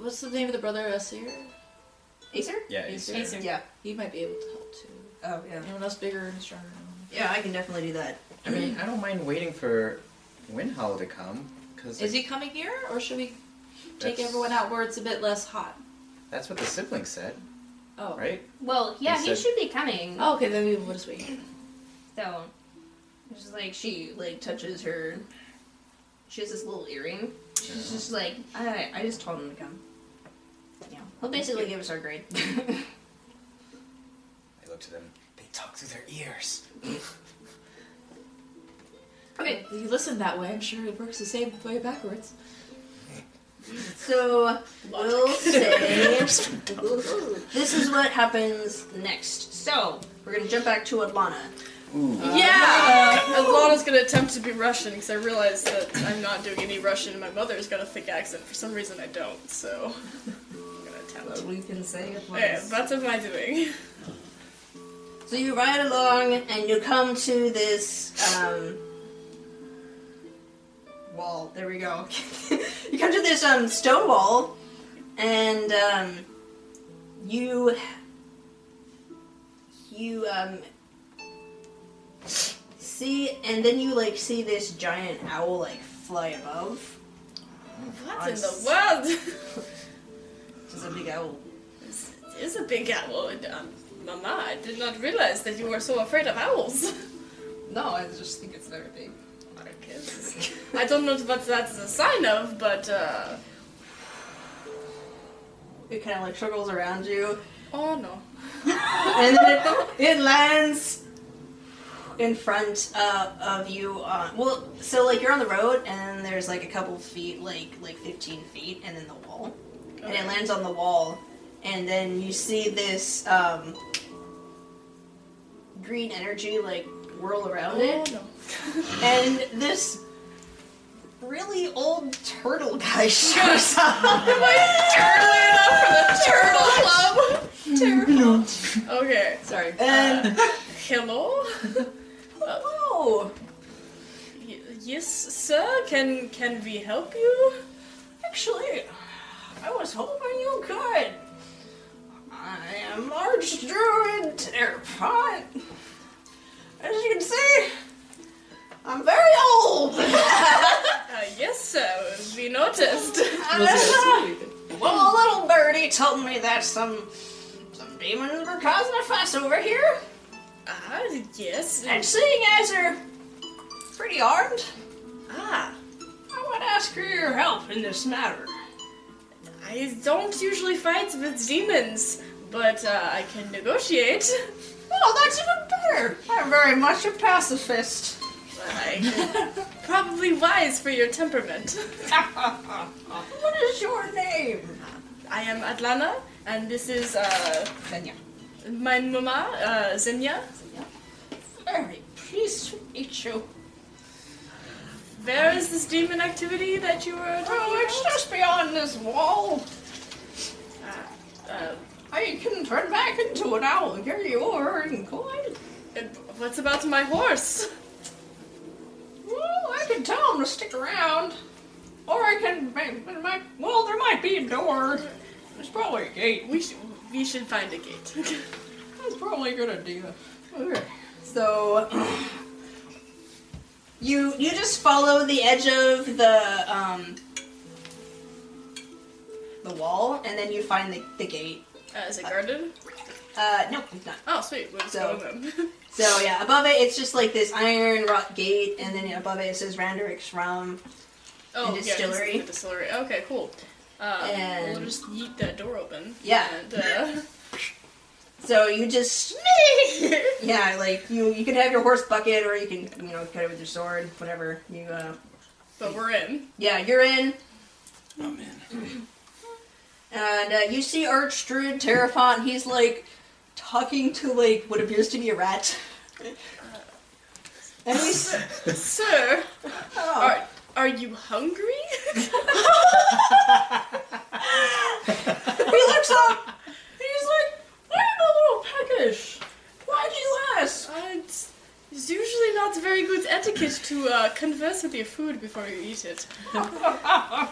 What's the name of the brother, Asir?
Acer?
Yeah,
Acer.
Acer.
Yeah.
He might be able to help too.
Oh, yeah.
Anyone else bigger and stronger?
Yeah, I can definitely do that.
I mean, I don't mind waiting for Winhall to come because
Is he coming here, or should we take
That's-
everyone out where it's a bit less hot?
that's what the siblings said,
Oh.
right?
Well, yeah,
He
he,
said-
should be coming.
Oh, okay, then we will just wait.
So, just like she like touches her, she has this little earring. She's just like, I, I just told him to come. Yeah, he'll basically give us our grade.
I look to them. They talk through their ears.
okay,
If you listen that way, I'm sure it works the same way backwards.
so we'll say this is what happens next. So we're gonna jump back to Atlana.
Ooh.
Yeah! Uh, Alana's gonna attempt to be Russian because I realize that I'm not doing any Russian and my mother's got a thick accent. For some reason, I don't, so. I'm gonna attempt.
we can say
Okay, that's what am I doing?
So you ride along and you come to this um, wall. There we go. you come to this um, stone wall, and um, you you um, see, and then you like see this giant owl like fly above.
What in the world?
It's a big owl.
This is a big owl. and, Um, Mama, I did not realize that you were so afraid of owls.
No, I just think it's very big.
I guess. I don't know what that's a sign of, but uh.
It kind of like circles around you.
Oh no.
and then it, it lands in front uh, of you. Uh, well, so like you're on the road, and there's like a couple feet, like like 15 feet, and then the wall, and it lands on the wall, and then you see this um, green energy like whirl around
Oh
it,
no.
and this really old turtle guy shows up.
Early enough for the turtle club!
Terrible.
Okay. Uh,
Sorry.
and
Hello? Uh,
hello.
Y- yes, sir? Can can we help you?
Actually, I was hoping you could. I am Archdruid Tearpot. As you can see, I'm very old.
Uh, yes, sir. We know
Well, a little birdie told me that some some demons were causing a fuss over here.
Ah, yes.
And seeing as they're pretty armed,
Ah,
I would ask for your help in this matter.
I don't usually fight with demons, but uh, I can negotiate.
Oh, that's even better. I'm very much a pacifist.
I- Probably wise for your temperament.
what is your name?
I am Atlana, and this is uh,
Venya.
my mama, uh, Zenya.
Very pleased to meet you.
Where is this demon activity that you were talking
Oh, it's
about?
just beyond this wall.
Uh,
I can turn back into an owl. Here you are, and go on.
uh, what's about my horse?
Well, I can tell them to stick around. Or I can. ma- ma- Well, there might be a door. There's probably a gate.
We should, we should find a gate. Uh,
That's probably a good idea. So you you just follow the edge of the um the wall, and then you find the, the gate.
Uh, is it guarded?
Uh, no, it's not.
Oh, sweet. We'll just
So-
go with them.
So yeah, above it it's just like this iron rock gate, and then above it it says Randerix Rum.
Oh,
The
yeah, just
distillery.
the distillery. Okay, cool. Um,
And-
we'll just yeet that door open.
Yeah.
And, uh,
So you just yeah, like you you can have your horse bucket, or you can you know cut it with your sword, whatever you uh
but we're in.
yeah you're in.
Oh man.
And uh, you see Archdruid Terrafont, he's like talking to like what appears to be a rat. And he's
Sir,
oh,
are, are you hungry?
he looks up. He's like, I'm a little peckish. Why'd you ask?
uh, it's, it's usually not very good etiquette to uh, converse with your food before you eat it.
I'm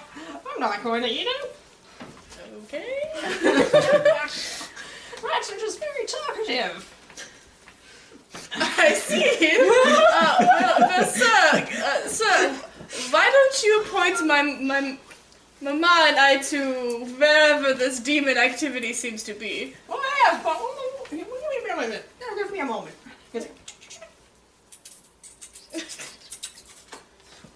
not going to eat him.
Okay.
Rats are just very talkative.
I see. uh, well, well, sir, uh, sir, why don't you appoint my my mama and I to wherever this demon activity seems to be?
Well, Oh, I have, but oh, give me a minute. No, give me a moment. He's like,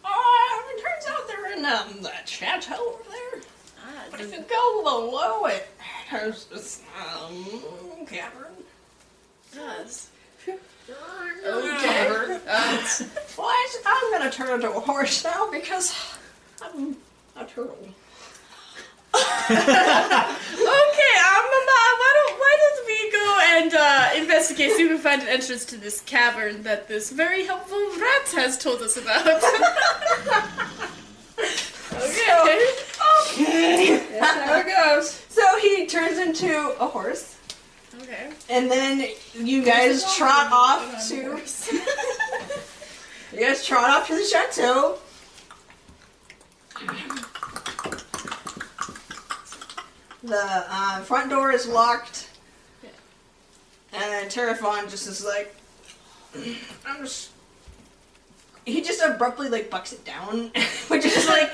oh, it turns out they're in um, that chateau over there.
Ah,
But
does-
if you go below it, there's this um, cavern.
does.
Cavern. What? I'm gonna turn into a horse now because I'm a turtle.
Okay, um, Mama, why don't why don't we go and uh, investigate, see if we find an entrance to this cavern that this very helpful rat has told us about. okay.
there it goes. So he turns into a horse,
Okay.
and then you guys trot off to. you guys trot off to the chateau. The uh, front door is locked, and Terrafon just is like, I'm just. He just abruptly like bucks it down, which is like,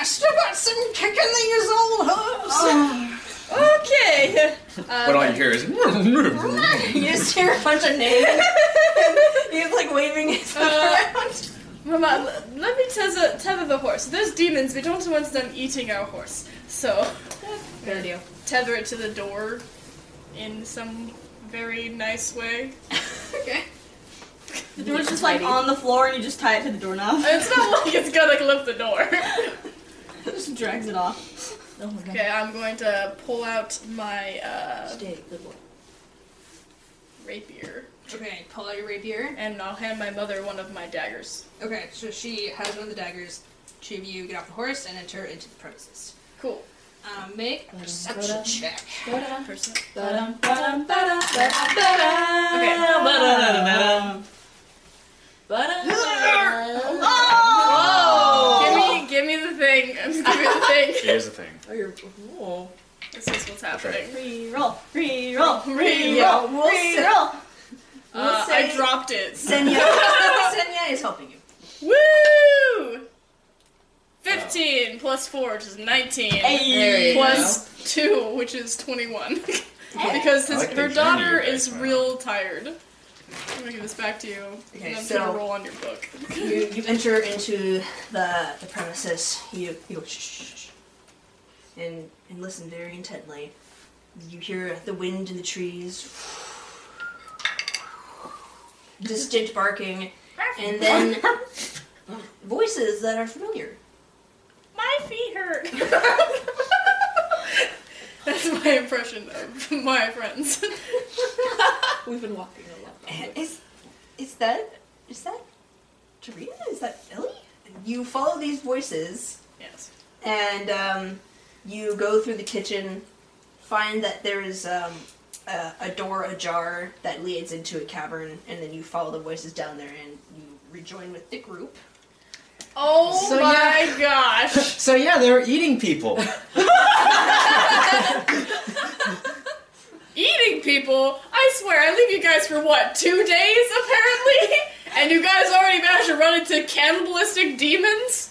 I still got some kicking these old hooves.
Okay.
But all you Mm-hmm. hear is.
You just hear a bunch of names. He's like waving his
Uh,
around.
Mama, l- let me tether, tether the horse. There's demons. We don't want them eating our horse. So
Good idea.
tether it to the door in some very nice way.
Okay. The door's just like on the floor and you just tie it to the doorknob.
It's not like it's gonna lift the door.
just drags it off.
Oh my god.
Okay, I'm going to pull out my uh,
Stay, good boy.
rapier
Okay, pull out your rapier.
and I'll hand my mother one of my daggers.
Okay, so she has one of the daggers. Two of you get off the horse and enter into the premises.
Cool.
Um, make a perception check.
Person.
Ba-dum, ba-dum, ba-dum, ba-dum, ba-dum. Ba-dum, ba-dum, ba-dum.
Oh,
Give me, give me the thing. Give me the thing.
Here's the thing.
Oh, you're. Oh.
this is what's happening.
Reroll, reroll,
Reroll,
reroll, reroll.
Uh,
We'll
I
say-
dropped it.
Senya, Senya is helping you.
Woo! 15! 15 plus 4, which is 19.
Hey. There you
Plus 2, which is 21. because
I
his,
like that
their
you
daughter
knew
is real tired. I'm gonna give this back to you.
Okay,
and I'm
so-
gonna roll on your book.
You, you enter into the, the premises. You you go shh, shh, shh, and and listen very intently. You hear the wind in the trees, distant barking, and then voices that are familiar.
My feet hurt. That's my impression of my friends.
We've been walking a lot.
Is is that is that Tarina? Is that Ellie? You follow these voices.
Yes.
and um, you go through the kitchen, find that there is um, a, a door ajar that leads into a cavern, and then you follow the voices down there and you rejoin with the group.
Oh
So,
my
yeah.
gosh.
So yeah, they were eating people.
Eating people? I swear, I leave you guys for what, two days apparently? And you guys already managed to run into cannibalistic demons?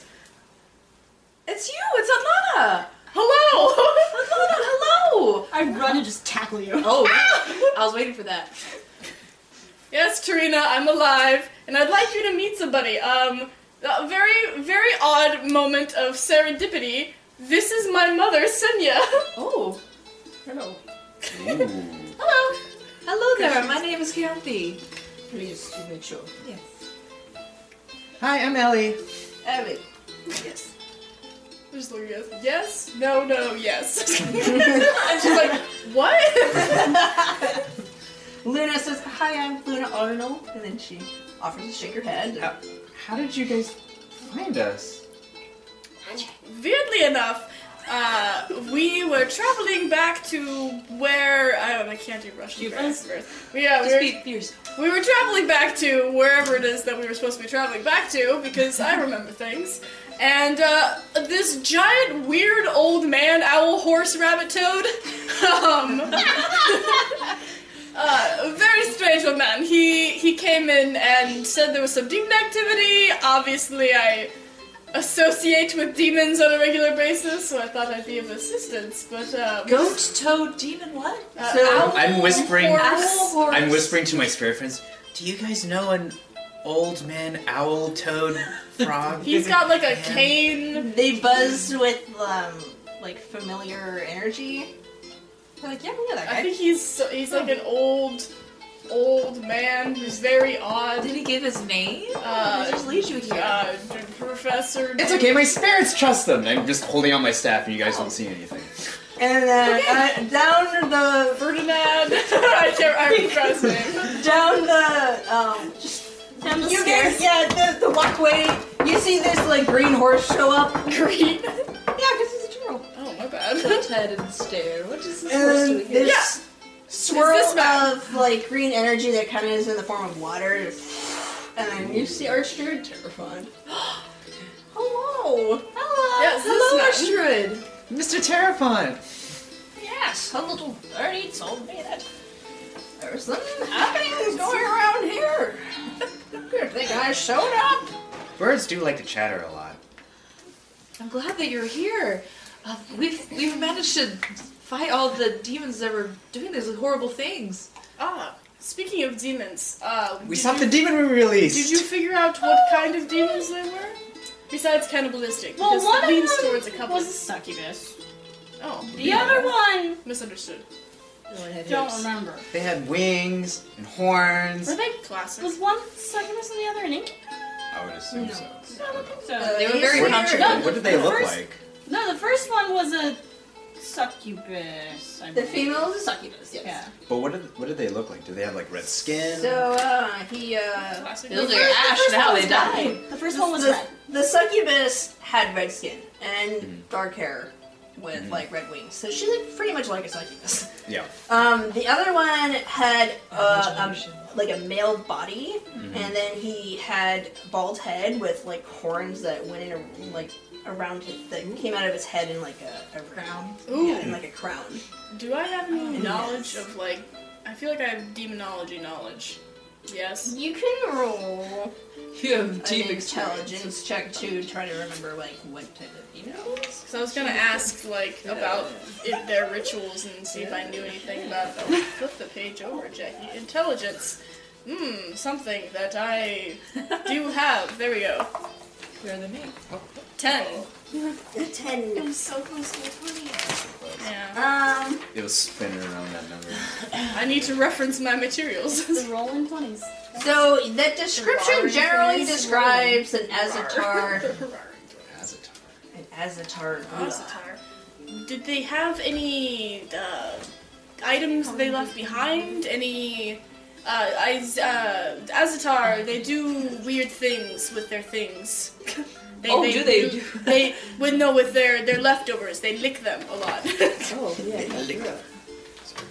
It's you. It's Alana.
Hello!
Alana, hello.
I run and just tackle you.
Oh, yeah. I was waiting for that.
yes, Tarina, I'm alive, and I'd like you to meet somebody. Um, a very, very odd moment of serendipity. This is my mother, Senya.
Oh,
Hello.
hello. Hello there. My name is Chianti.
Please you make sure.
Yes.
Hi, I'm Ellie.
Ellie. Yes.
Just look at us. Yes, no, no, yes. I'm just like, what?
Luna says, "Hi, I'm Luna Arnold," and then she offers to shake her head.
How did you guys find us?
Weirdly enough, uh, we were traveling back to where I don't. I can't do Russian.
Cuba's?
grammar. Yeah, we
Just
were,
be fierce.
we were traveling back to wherever it is that we were supposed to be traveling back to because I remember things. And uh, this giant, weird old man, owl, horse, rabbit, toad. um, uh, a very strange old man. He he came in and said there was some demon activity. Obviously, I associate with demons on a regular basis, so I thought I'd be of assistance. But um,
Goat, toad, demon, what?
Uh, owl,
I'm whispering.
horse.
I'm whispering to my spirit friends. Do you guys know an old man, owl, toad, frog?
He's got like a cane.
They buzz with um, like familiar energy. They're like, "Yeah, we know that guy."
I think he's so, he's like an old old man who's very odd.
Did he give his name?
Uh,
just leaves you here.
Uh, professor.
It's okay. My spirits trust them. I'm just holding out my staff, and you guys don't see anything.
And then uh, down the
Ferdinand. I can't I forgot his name.
down the um just
Down the
you
stairs.
guys- yeah the, the walkway you see this like green horse show up
Green.
yeah because he's a turtle
Oh my bad.
Tilt head and stare. What is this horse
and
doing here?
this swirl
It's this man.
of like green energy that kind of is in the form of water and then you see Archdude terrified hello
Hello.
Yes,
hello,
this
Mr.
Astrid.
Terrifont.
yes a little birdie told me that there's something happening going around here good thing I showed up
Birds do like to chatter a lot.
I'm glad that you're here. Uh, we've we've managed to fight all the demons that were doing these horrible things.
Ah, speaking of demons, uh,
We
did
stopped
you-
the demon we released.
Did you figure out what kind of demons they were? Besides cannibalistic,
Well,
because
one
it
of
leans
them
towards a couple.
was a succubus.
oh,
The other one,
misunderstood.
don't remember.
They had wings and horns.
Were they?
Classic.
Was one succubus and the other an incubus?
I would assume so.
I don't think so.
They were very
What,
controversial.
what did they look
First-
like?
No, the first one was a succubus. I
the
believe.
female is a succubus yes
Yeah.
But what did what did they look like? Did they have like red skin?
So uh, he uh,
Classic.
Those
The
are
first- the
ash.
first
Now
one
they
was
die.
The first one was
the,
red.
the succubus had red skin and dark hair with like red wings, so she looked pretty much like a succubus.
yeah.
Um, the other one had uh, a, like a male body, and then he had bald head with like horns that went in a, like around his, that came out of his head in like a, a crown,
Ooh.
yeah, in like a crown.
Do I have any
Yes.
knowledge of like? I feel like I have demonology knowledge. Yes.
You can roll.
You have
an
deep
intelligence check to try to remember like what type of demon it is.
So I was gonna ask like about it, their rituals and see if I knew anything about them. Flip the page over, Jackie. Intelligence. Hmm, something that I do have. There we go.
Better than me.
Ten.
The ten.
I'm so close to a 20.
Yeah.
Um.
It was spinning around that number.
I need to reference my materials.
The rolling 20s.
So that description
Ferrari
generally
face.
describes an Azatar.
An Azatar.
Azatar. Did they have any uh, items they left behind? Any uh, Iz- uh, Azatar? They do weird things with their things.
Oh, do they
they well, no, with their their leftovers, they lick them a lot.
Oh, yeah.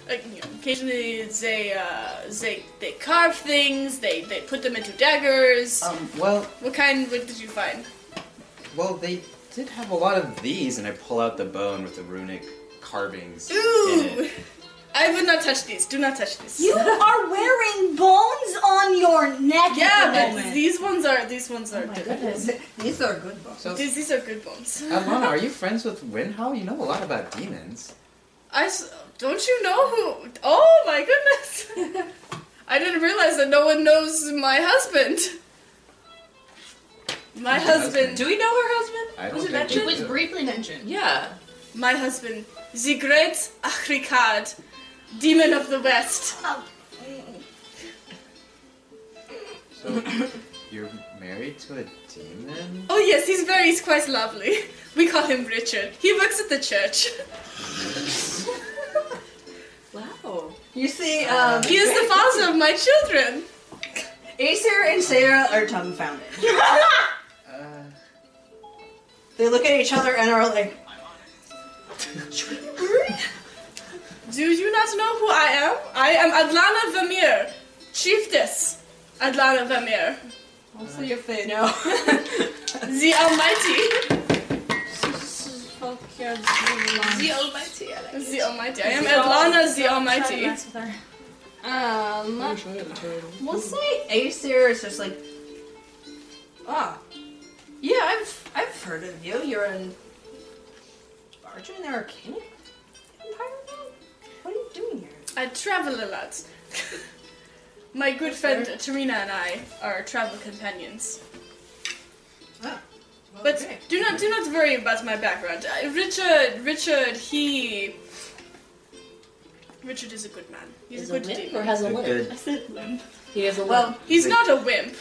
Like, you know, occasionally they uh, they they carve things. They they put them into daggers.
Oh.
Um, well,
what kind? What did you find?
well, they did have a
Out
lot of.
of these, and I pull out the bone with the runic carvings in
Ooh!
it.
I would not touch these. Do not touch these.
You are wearing bones on your neck.
yeah,
at
but
the moment.
these ones are these ones are different.
These are good books.
So,
These, these are good ones.
Alana, are you friends with Winhow? You know a lot about demons.
I s- don't you know who? Oh my goodness! I didn't realize that no one knows my husband. My husband.
Do we know her husband?
I
Was it
don't think
mentioned?
It was briefly mentioned.
Yeah.
My husband, the great Achrikad, demon of the west.
So you're married to a demon?
Oh yes, he's very, he's quite lovely. We call him Richard. He works at the church.
Wow.
You see, um,
He is the father of my children.
Acer and Sarah are dumbfounded.
Uh,
They look at each other and are like,
Do you not know who I am? I am Adlana Vamir, Chiefess Adlana Vamir,
I'll see if they know.
the Almighty.
Fuck your blonde.
The Almighty. I like
The Almighty. I am Adlana the Almighty.
Mess with her.
Um,
it.
we'll say Acer is just like, ah, yeah, I've I've heard of you. You're an Archer in the Arcanic Empire now? What are you doing here?
I travel a lot. My good friend Tarina and I are travel companions. But
Okay.
do not do not worry about my background. I- Richard, Richard, he. Richard is a good man. He's,
Is
a
a
good
wimp
demon.
or has a
A
wimp?
good-
I said wimp.
He has a well.
Well,
He's
He's a-
not a wimp.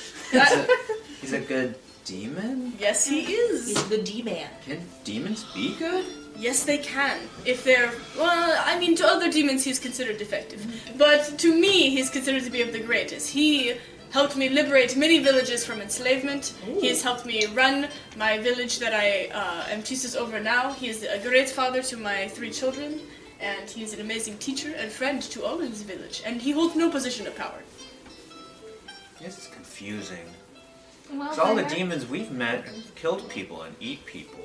He's a good demon?
yes, he is.
He's the D man.
Can demons be good?
Yes, they can. If they're well, I mean, to other demons he's considered defective, but to me he's considered to be of the greatest. He helped me liberate many villages from enslavement. He has helped me run my village that I uh, am chiefess over now. He is a great father to my three children, and he is an amazing teacher and friend to all in his village. And he holds no position of power.
This is confusing.
Well,
Because all the
there-
demons we've met killed people and eat people.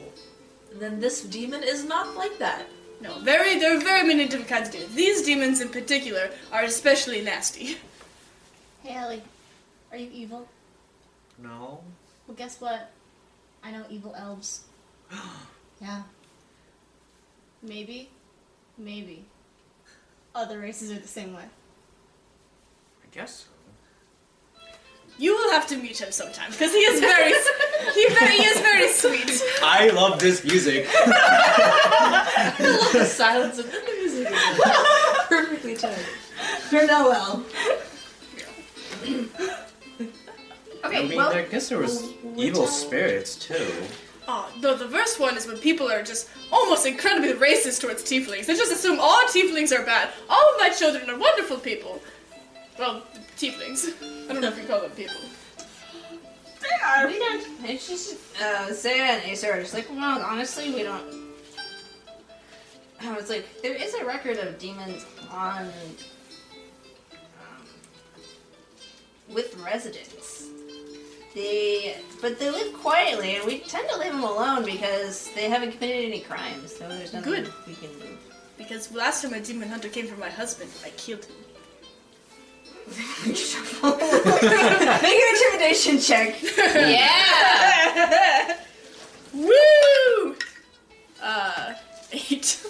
Then this demon is not like that.
No, very there are very many different kinds of demons. These demons in particular are especially nasty.
Hey Ellie, are you evil?
No?
Well, guess what? I know evil elves. yeah. Maybe, maybe. Other races are the same way.
I guess so.
You will have to meet him sometime because he is very, he very, he is very sweet.
I love this music.
the silence of the music. Perfectly timed.
They're not well.
I
okay,
mean,
well,
I guess there was evil spirits too.
Oh, though the worst one is when people are just almost incredibly racist towards tieflings. They just assume all tieflings are bad. All of my children are wonderful people. Well, tieflings. I don't know if you call them people.
we don't. It's just uh, Zaya and Acer are just like, well, honestly, we don't. I was like, there is a record of demons on um, with residents. They, but they live quietly, and we tend to leave them alone because they haven't committed any crimes. So there's nothing
Good.
we can do.
Because last time a demon hunter came for my husband, I killed him.
Make an intimidation check.
Yeah. Woo! Uh, eight.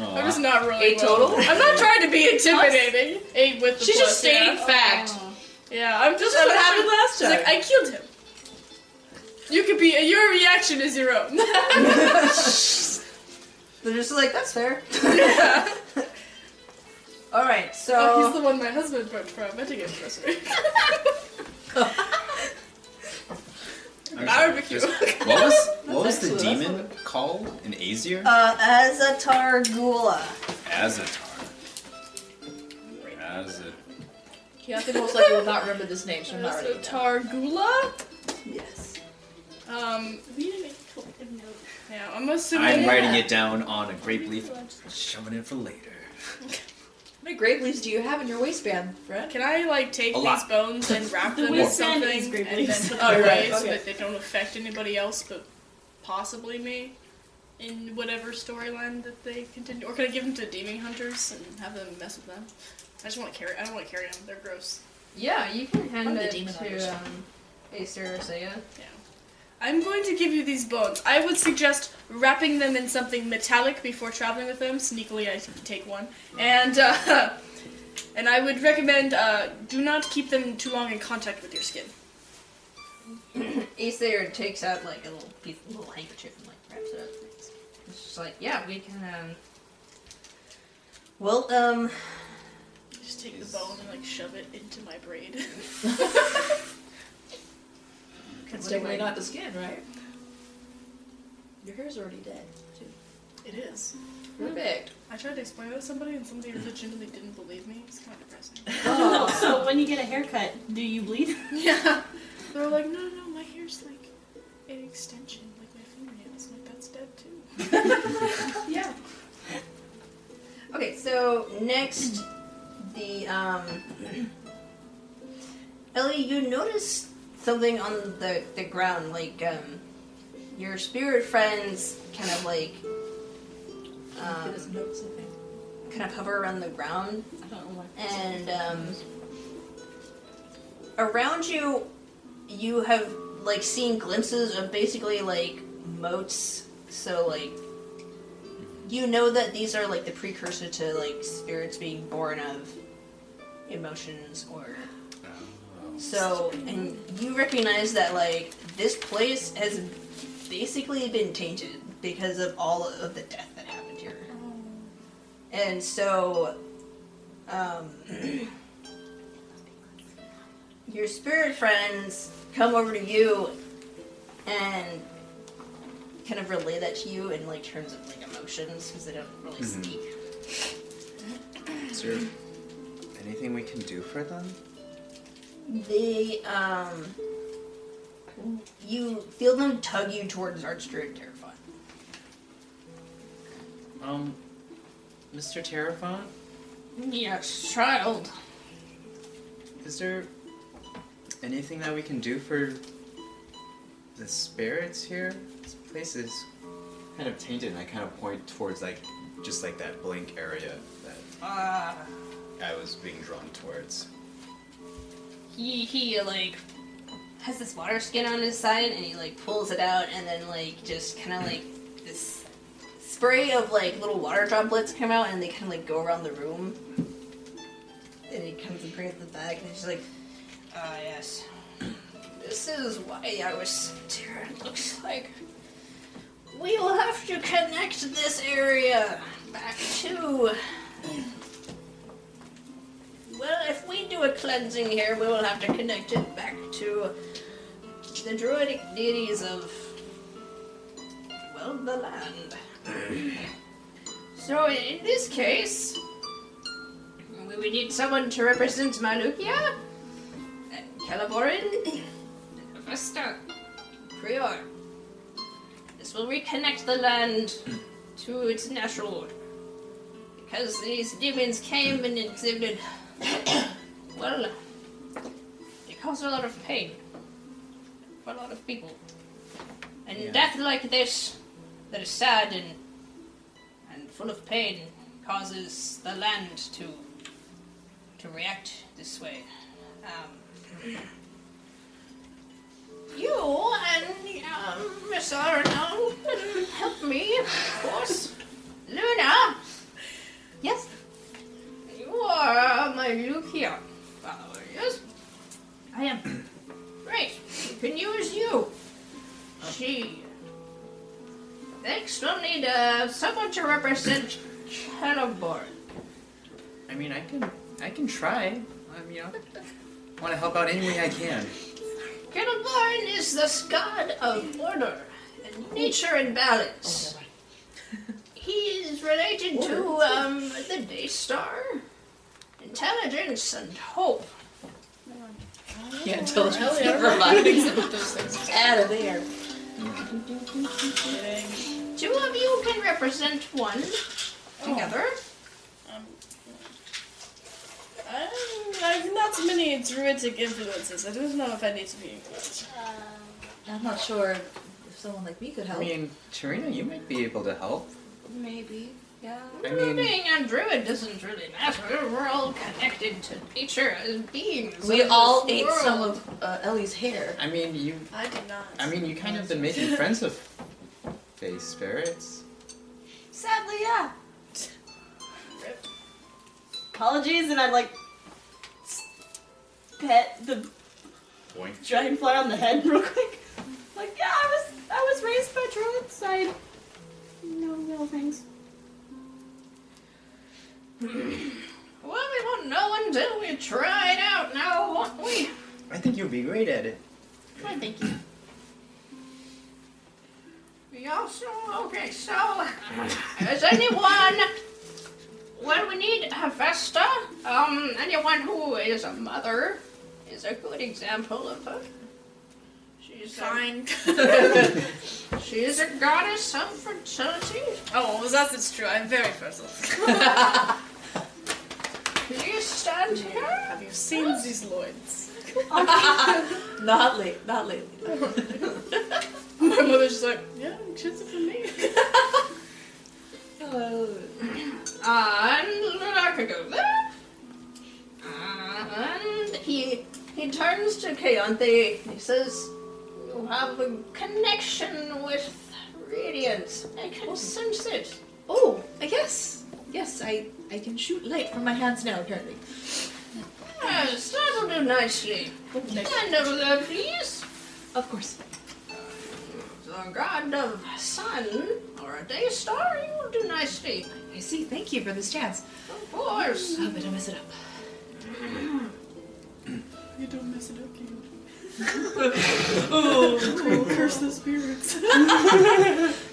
I'm just not really.
Eight
well.
total?
I'm not trying to be intimidating. Eight with the
She's
plus,
just stating
yeah.
fact.
um,
Yeah, I'm
This
just.
is
I'm
what
just-
happened last
it's Like,
time.
I killed him. You could be. Your reaction is your own.
They're just like, that's fair. Alright, so.
Oh, he's the one my husband brought from. I think it's frustrating. Barbecue.
What was what was the demon called? An Azir?
Uh, Azatar Gula.
Azatar. Azat.
Keontae most likely will not remember this name, so I'm not ready.
Targula?
Yes.
Um, we didn't make a note. Yeah, I'm assuming.
I'm writing it down on a grape leaf, shoving it for later.
How many grape leaves do you have in your waistband, Fred? Can I like take
A
these
lot.
bones and wrap
The
them in
waistband
something
is grape
and
leaves.
then put
Oh,
them
right,
away so
okay.
that they don't affect anybody else, but possibly me, in whatever storyline that they continue? Or can I give them to demon hunters and have them mess with them? I just want to carry. I don't want to carry them. They're gross.
Yeah, you can hand
I'm the
it
demon
to um, Acer or Saya.
Yeah. I'm going to give you these bones. I would suggest wrapping them in something metallic before traveling with them. Sneakily, I t- take one, and uh, and I would recommend uh, do not keep them too long in contact with your skin.
Aether takes out like a little piece, a little handkerchief and like wraps it up.
It's just like, yeah, we can. Um,
Well, um,
Just take the bone and like shove it into my braid.
It's definitely not the skin, right? Your hair's already dead, too.
It is.
Perfect.
I tried to explain that to somebody, and somebody legitimately didn't believe me. It's kind of depressing.
Oh, so when you get a haircut, do you bleed?
Yeah. They're like, no, no, no, my hair's like an extension, like my fingernails. I'm Like that's dead too.
yeah.
okay, so next, the, um, Ellie, you notice something on the, the ground, like, um, your spirit friends kind of like, um, kind of hover around the ground.
I don't know why.
And um, around you, you have like seen glimpses of basically like moats. So like, you know that these are like the precursor to like spirits being born of emotions or. So and you recognize that like this place has basically been tainted because of all of the death that happened here. And so, um, your spirit friends come over to you and kind of relay that to you in like terms of like emotions because they don't really
Mhm.
speak.
Is there anything we can do for them?
They um, you feel them tug you towards Archdruid Terrifying.
Um, Mr. Terraphone,
yes, child.
is there anything that we can do for the spirits here? This place is kind of tainted, and I kind of point towards like just like that blank area that
Ah,
I was being drawn towards.
he he like has this water skin on his side and he like pulls it out and then like just kind of like this spray of like little water droplets come out and they kind of like go around the room and he comes and brings it back and he's like ah yes this is why I was there it looks like we will have to connect this area back to well, if we do a cleansing here, we will have to connect it back to the druidic deities of, well, the land. so, in this case, we would need someone to represent Malukia, and Calaborin, Vesta, Prior. This will reconnect the land to its natural order. Because these demons came and exhibited well, it caused a lot of pain for a lot of people. And
Yeah.
death like this, that is sad and and full of pain, causes the land to to
can react this way. Um,
You and um, Miss Arno can help me, of course. Luna! Yes? You are my Lucia follower, yes?
I am.
Great. We can use you. She. Next, we'll need uh, someone to represent Shadowborn.
I mean, I can, I can try. I'm, you know, want to help out any way I can.
Shadowborn is the god of order and nature and balance. he is related to um, the Day Star, intelligence, and hope.
Yeah, intelligence never mind.
Out of there. Two of you can represent one together.
I, Ah, I've not many druidic influences. I don't know if I need to be influenced.
I'm not sure if someone like me could
I
help.
mean, Tarina, you might be able to help.
maybe. Yeah.
I mean,
Being a druid doesn't really matter. We're all connected to nature as beings.
We
of
all
this
ate
world.
some of uh, Ellie's hair.
I mean, you,
I did not.
I mean, you kind of been making friends with face spirits.
Sadly, yeah. Apologies, and I'd like s- pet the
Boink.
dragonfly on the head real quick. Like, yeah, I was I was raised by druids. so I know little things.
Well, we won't know until we try it out now, won't we?
I think you'd be great at it.
Why, thank you.
We also okay. So, is anyone? What we need a Vesta. Um, anyone who is a mother is a good example of her. She's fine. she is a goddess of fertility.
Oh, well, that's it's true. I'm very fertile.
Do you stand here? Have
you seen these loins?
not late. Not lately.
My mother's just like, yeah, kids are for me.
And I could go there. And he he turns to Keontae. He says, "You have a connection with radiance. I can sense it."
Oh, yes. Yes, I, I can shoot light from my hands now, apparently.
Yes, that'll do nicely.
Oh,
Hand over there, please.
Of course.
The god of sun or a day star, you will do nicely.
I see. Thank you for this chance.
Of course.
Oh, but don't mess it up.
you don't mess it up, you.
Oh,
curse the spirits.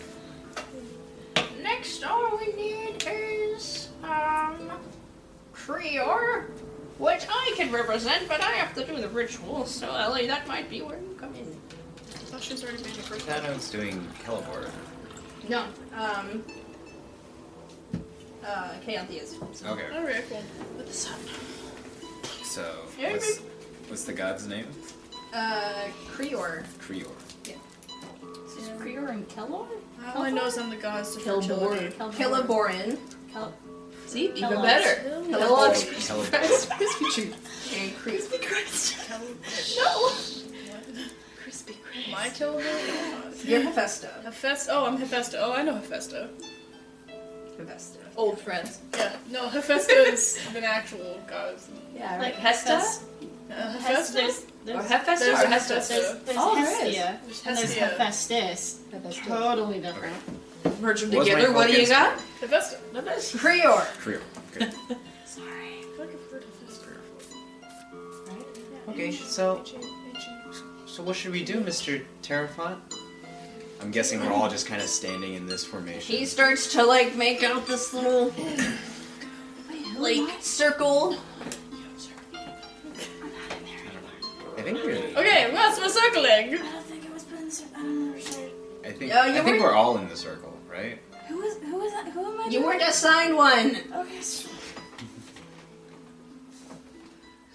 Next, all we need is um, Creor, which I can represent, but I have to do the ritual. So Ellie, that might be where you come in.
I thought she's already made the
I
first
thought I was doing Kelvor.
No, um, uh, Kayanthi is.
Okay,
Alright, cool.
With the sun.
so what's, what's the god's name?
Uh, Creor.
Creor.
Is this Creor and Kellor?
All I know is I'm the goddess of fertility.
Kiliborin.
Kel-
See, even
Kellogg's.
better.
Yeah.
Oh,
Kellogg's
Kellogg's.
Christ- Crispy treat.
And Creor.
No.
Crispy Christ. My Kiliborin?
You're Hephaestus.
Hephaestus. Oh, I'm Hephaestus. Oh, I know Hephaestus.
Hephaestus.
Old friends.
Yeah, no, Hephaestus is an actual god.
Yeah.
Like
Like Hesta.
Hephaest-
Uh,
Hephaestus?
Hephaestus?
There's,
or Hephaestus
there's
or
a
Hestus.
Hephaestus.
there's
Oh, there is.
Hestia, and there's
Hestia.
Hephaestus.
Hephaestus.
Totally different.
Merge them
What was my
together. What do you
focus?
got?
Hephaestus.
Creor.
Creor. Good.
I
Sorry.
feel like I've heard Hephaestus before.
Okay, so
Ancient- ancient-
so what should we do, Mr. Terrafont? I'm guessing we're all just kind of standing in this formation.
He starts to like make out this little like circle.
I think we're.
Okay, what's my circling?
I don't think it was put in the cir- I don't understand.
I think.
Yeah, you
I think
were-
we're all in the circle, right?
Who is who is that? Who am I?
You
doing?
weren't assigned one.
Okay. s-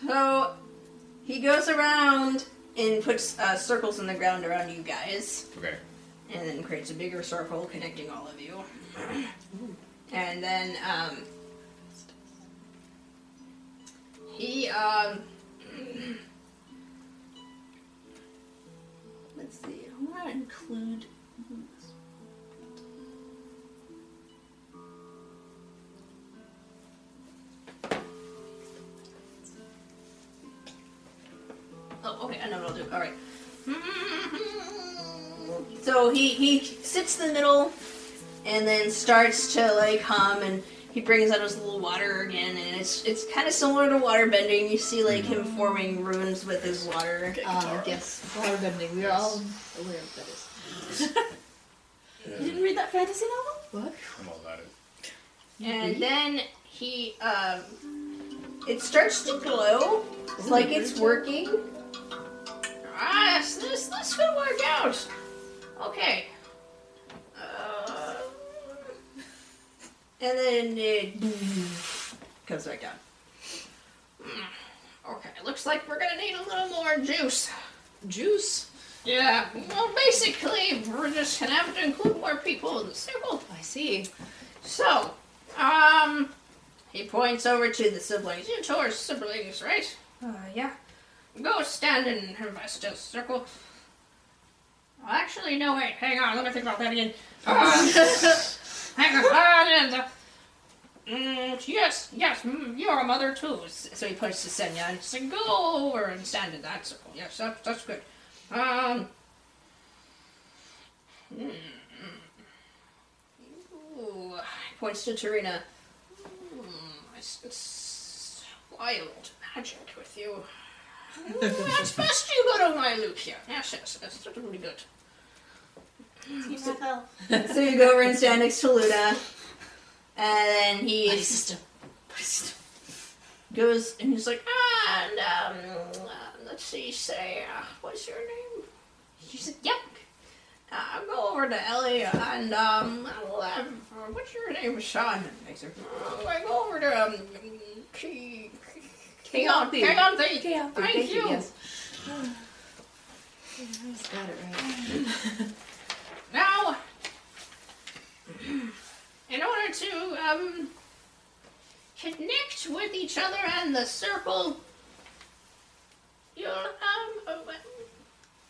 So he goes around and puts uh, circles in the ground around you guys,
Okay.
and then creates a bigger circle connecting all of you. And then um, He, um. Let's see. I want to include. Oh, okay. I know what I'll do. All right. So he he sits in the middle, and then starts to like hum, and he brings out his little water again, and it's it's kind of similar to water bending. You see like him
Mm-hmm.
forming runes with his water. Um,
Uh, yes, waterbending. We are all aware of that is.
You didn't read that fantasy novel?
What?
I'm all about it.
And then he, um, it starts to glow, It's like it's working. Ah, yes, this this could work out. Okay. Uh, and then it comes back down. Mm, Okay, looks like we're gonna need a little more juice. Juice? Yeah. Well, basically, we're just gonna have to include more people in the circle. I see. So, um, he points over to the siblings. You two are siblings, right? Uh, yeah. Go stand in Hephaestus' circle. Well, actually, no, wait. Hang on. Let me think about that again. Uh, hang on. Uh, mm, yes, yes. mm, You're a mother too. S- So he points to Senya and says, "Go over and stand in that circle." Yes, that, that's good. Um. mm, Ooh, points to Tarina. Hmm, I sense wild magic with you. That's best you go to my Lucia. Yes, yes, yes, that's really good. so you go over and stand next to Luna, and then he system. goes and he's like, and um, uh, let's see, say, uh, what's your name? She said, yep. Uh, I'll go over to Ellie and um, I'll have, uh, what's your name, Sean? Uh, I go over to um, Key.
Keonthi.
Keonthi.
Keonthi,
Thank
thank you,
you.
yes.
Got it right. now, in order to um, connect with each other and the circle, you'll um, uh,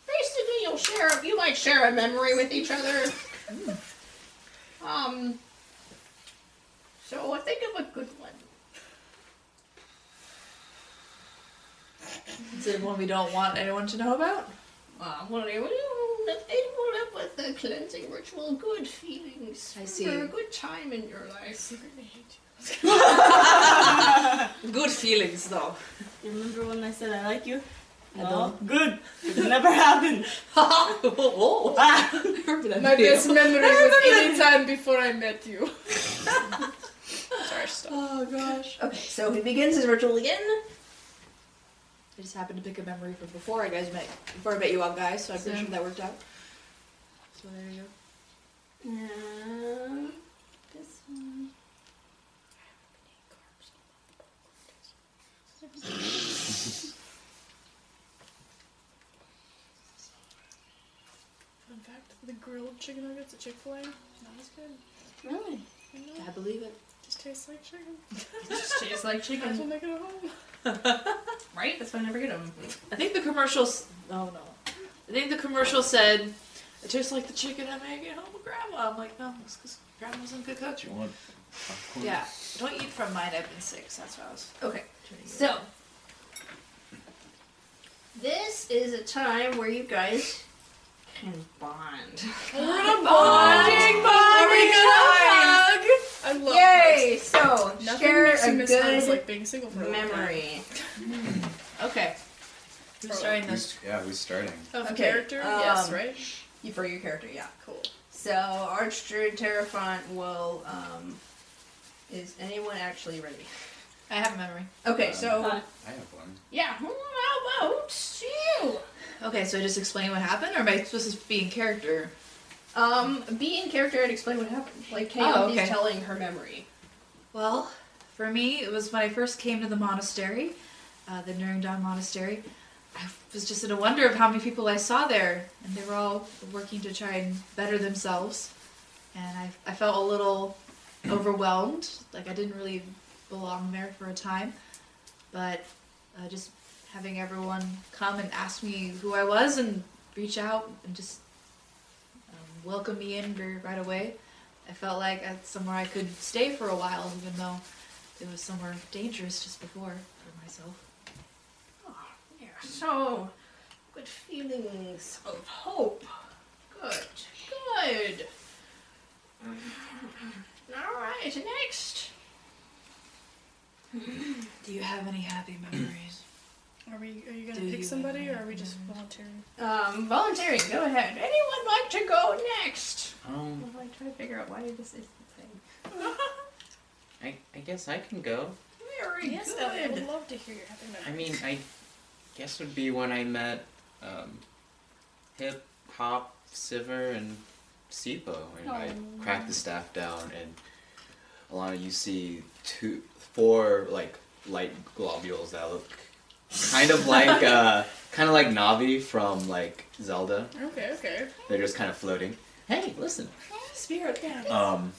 basically you'll share. You might share a memory with each other. Um. So think of a good one.
Is it one we don't want anyone to know about?
Uh, well, they will, they will live with the cleansing ritual good feelings. I
see.
For a good time in your life.
Good feelings, though.
You remember when I said I like you?
I
no.
don't.
Good. It never happened. Ah.
oh,
My best memory was any
time.
time before I met you. Sorry, stop.
Uh.
Oh gosh.
Okay, so he begins his ritual again.
I just happened to pick a memory from before I guys met, before I met you all guys, so I'm pretty
Same.
sure that worked out. So there you go.
Um, this one.
Fun fact: the grilled chicken nuggets at Chick Fil A not as good.
Really?
I know.
I believe it.
Just tastes like chicken.
just tastes like chicken.
That's when they get it home.
Right? That's why I never get them. I think the commercials. Oh no. I think the commercial said, "It tastes like the chicken I make at home with Grandma." I'm like, no, it's because Grandma doesn't cook out your
One.
Yeah, don't eat from mine. I've been sick. so That's what I was.
Okay, so this is a time where you guys can bond.
We're gonna bonding, bonding, hug. I love
Yay!
hugs.
So
Nothing
share
makes you
a
miss hugs
good
like being single for a long time.
memory.
Okay. Who's starting this?
Yeah, who's starting?
Of character? Yes, right?
You for your character, yeah. Cool. So Archdruid Terrafont will. Um, is anyone actually ready?
I have a memory.
Okay, so
Um, I have one.
yeah, well, how about you?
Okay, so I just explain what happened, or am I supposed to be in character?
Um, be in character and explain what happened. Like Kay
Oh, okay.
telling her memory.
Well, for me, it was when I first came to the monastery, uh, the Nuremberg Monastery. I was just in a wonder of how many people I saw there, and they were all working to try and better themselves. And I, I felt a little overwhelmed, like I didn't really belong there for a time. But
uh, just having everyone come and ask me who I was and reach out and just um, welcome me in ver- right away. I felt like that's somewhere I could stay for a while, even though it was somewhere dangerous just before for myself.
Yeah, so good feelings of hope. Good, good. All right, next.
Do you have any happy memories?
Are we? Are you gonna
Do you
pick
have
somebody, or are we just volunteering?
Um, volunteering. Go ahead. Anyone like to go next?
Um,
I'm like trying to figure out why this is the thing.
I, I guess I can go.
Very
yes,
good.
Ellie, I would love to hear your happy memories.
I mean, I guess would be when I met um, Hip, Hop, Siver, and Sipo, and I
Oh.
cracked the staff down, and Alana, you see two, four like light globules that look kind of like uh, kind of like Navi from like Zelda.
Okay, okay.
They're just kind of floating. Hey, listen.
Spirit down.
Um,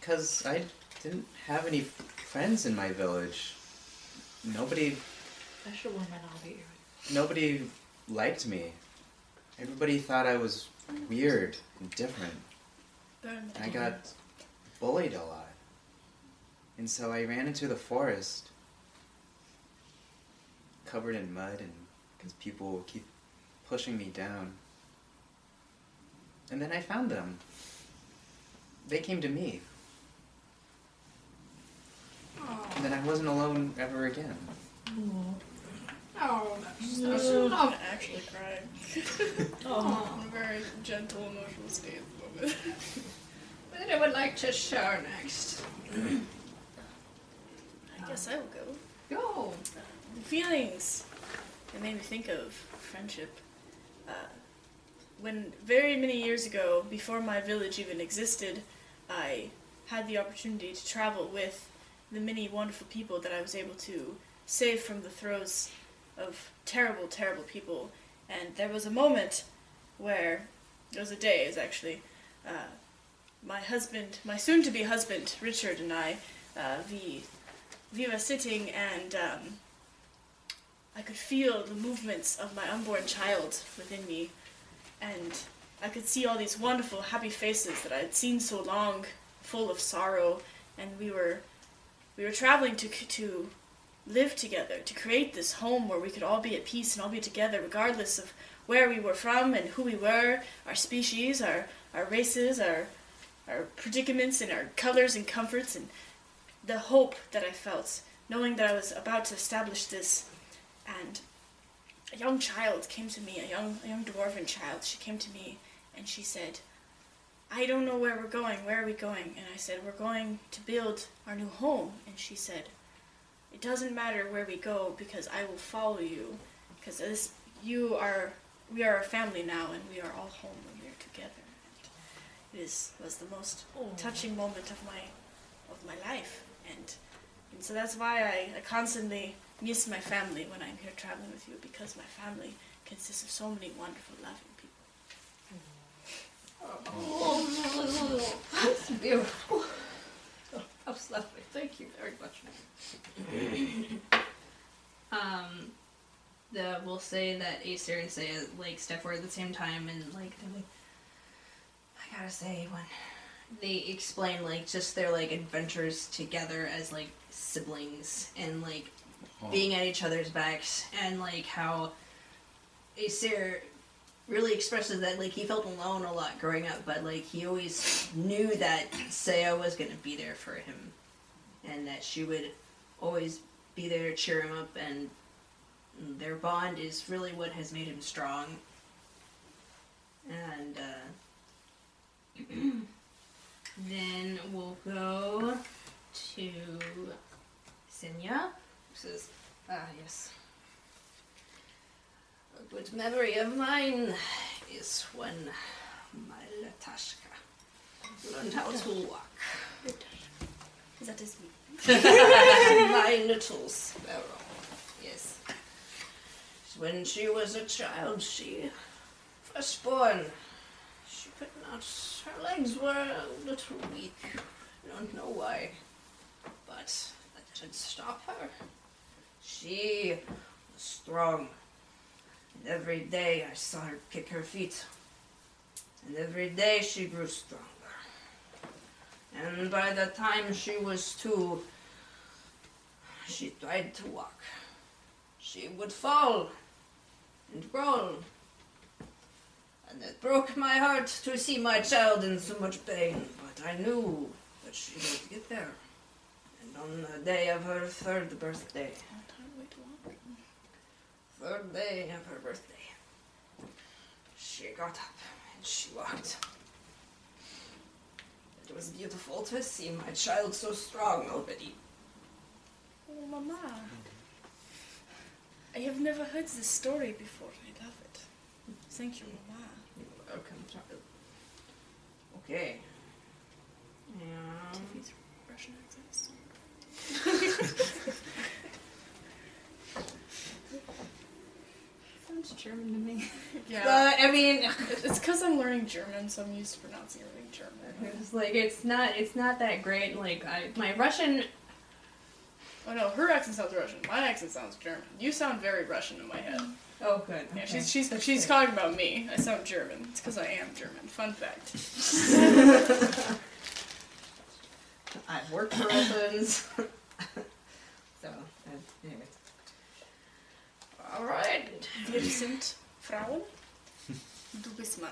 because I didn't have any friends in my village. Nobody
I should wear my novelty earrings.
nobody liked me. Everybody thought I was weird and different.
Burn
And I got bullied a lot. And so I ran into the forest, covered in mud, and because people keep pushing me down. And then I found them. They came to me. And then I wasn't alone ever again.
Oh,
I
that's
should
not
not actually cry.
oh. a very gentle emotional state at the moment.
What I would like to show next.
I guess I will go.
Go.
The feelings it made me think of friendship. Uh, when very many years ago, before my village even existed, I had the opportunity to travel with the many wonderful people that I was able to save from the throes of terrible, terrible people. And there was a moment where, it was a day, it was actually, uh, my husband, my soon to be husband, Richard, and I, uh, we, we were sitting and um, I could feel the movements of my unborn child within me. And I could see all these wonderful, happy faces that I had seen so long, full of sorrow. And we were, we were traveling to, c- to live together, to create this home where we could all be at peace and all be together, regardless of where we were from and who we were, our species, our, our races, our, our predicaments, and our colors and comforts, and the hope that I felt, knowing that I was about to establish this. And a young child came to me, a young, a young dwarven child. She came to me and she said, I don't know where we're going. Where are we going? And I said, We're going to build our new home. And she said, It doesn't matter where we go because I will follow you. Because this, you are, we are a family now and we are all home and we are together. And it is, was the most touching moment of my, of my life. And, and so that's why I, I constantly miss my family when I'm here traveling with you because my family consists of so many wonderful, loving people.
Oh, that's beautiful. That was lovely. Thank you very much.
Um, the we'll say that Acer and Saya like step forward at the same time, and like they're like, I gotta say when they explain like just their like adventures together as like siblings and like being at each other's backs and like how Acer really expresses that like he felt alone a lot growing up, but like he always knew that Saya was gonna be there for him, and that she would always be there to cheer him up, and their bond is really what has made him strong. And uh, then we'll go to Senya, who says, "Ah, yes."
A good memory of mine is when my Latashka learned how to walk.
That is me.
my little sparrow. Yes. When she was a child, she firstborn. She could not. Her legs were a little weak. I don't know why, but that didn't stop her. She was strong. And every day I saw her kick her feet. And every day she grew stronger. And by the time she was two, she tried to walk. She would fall and roll. And it broke my heart to see my child in so much pain, but I knew that she would get there. And on the day of her third birthday, third day of her birthday, she got up and she walked. It was beautiful to see my child so strong already.
Oh, Mama. I have never heard this story before. I love it. Thank you, Mama.
Welcome, child. Okay.
Tiffany's Russian accent is so
Sounds German to me.
Yeah.
Uh,
But,
I mean, it's because I'm learning German, so I'm used to pronouncing everything German.
It's like it's not it's not that great. Like I my Russian.
Oh no, her accent sounds Russian. My accent sounds German. You sound very Russian in my head.
Oh good.
Yeah,
okay.
she's she's she's talking about me. I sound German. It's because I am German. Fun fact.
I've worked for Russians. so uh, anyway. All right.
Wir sind Frauen. Du bist Mann.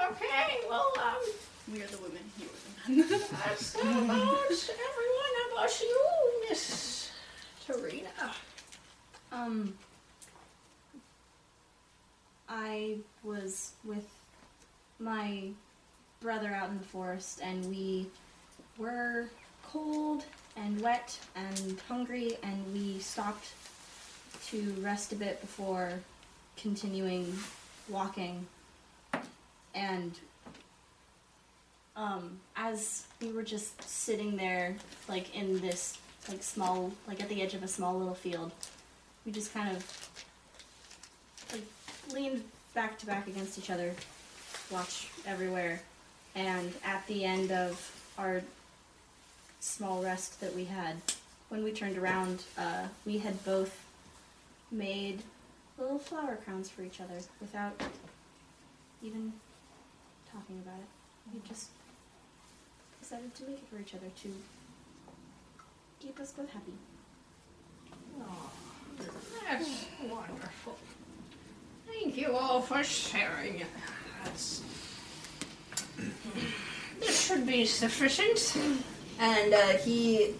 okay, well, um,
We are the women. You are the men.
that's about everyone. How about you, Miss Tarina?
Um,
I was with my brother out in the forest, and we were cold and wet and hungry, and we stopped to rest a bit before continuing walking. And um, as we were just sitting there, like in this like small, like at the edge of a small little field, we just kind of like leaned back to back against each other, watched everywhere, and at the end of our small rest that we had, when we turned around, uh, we had both made little flower crowns for each other without even talking about it. We just decided to make it for each other to keep us both happy.
That's wonderful. Thank you all for sharing. That's, this should be sufficient. And uh, he,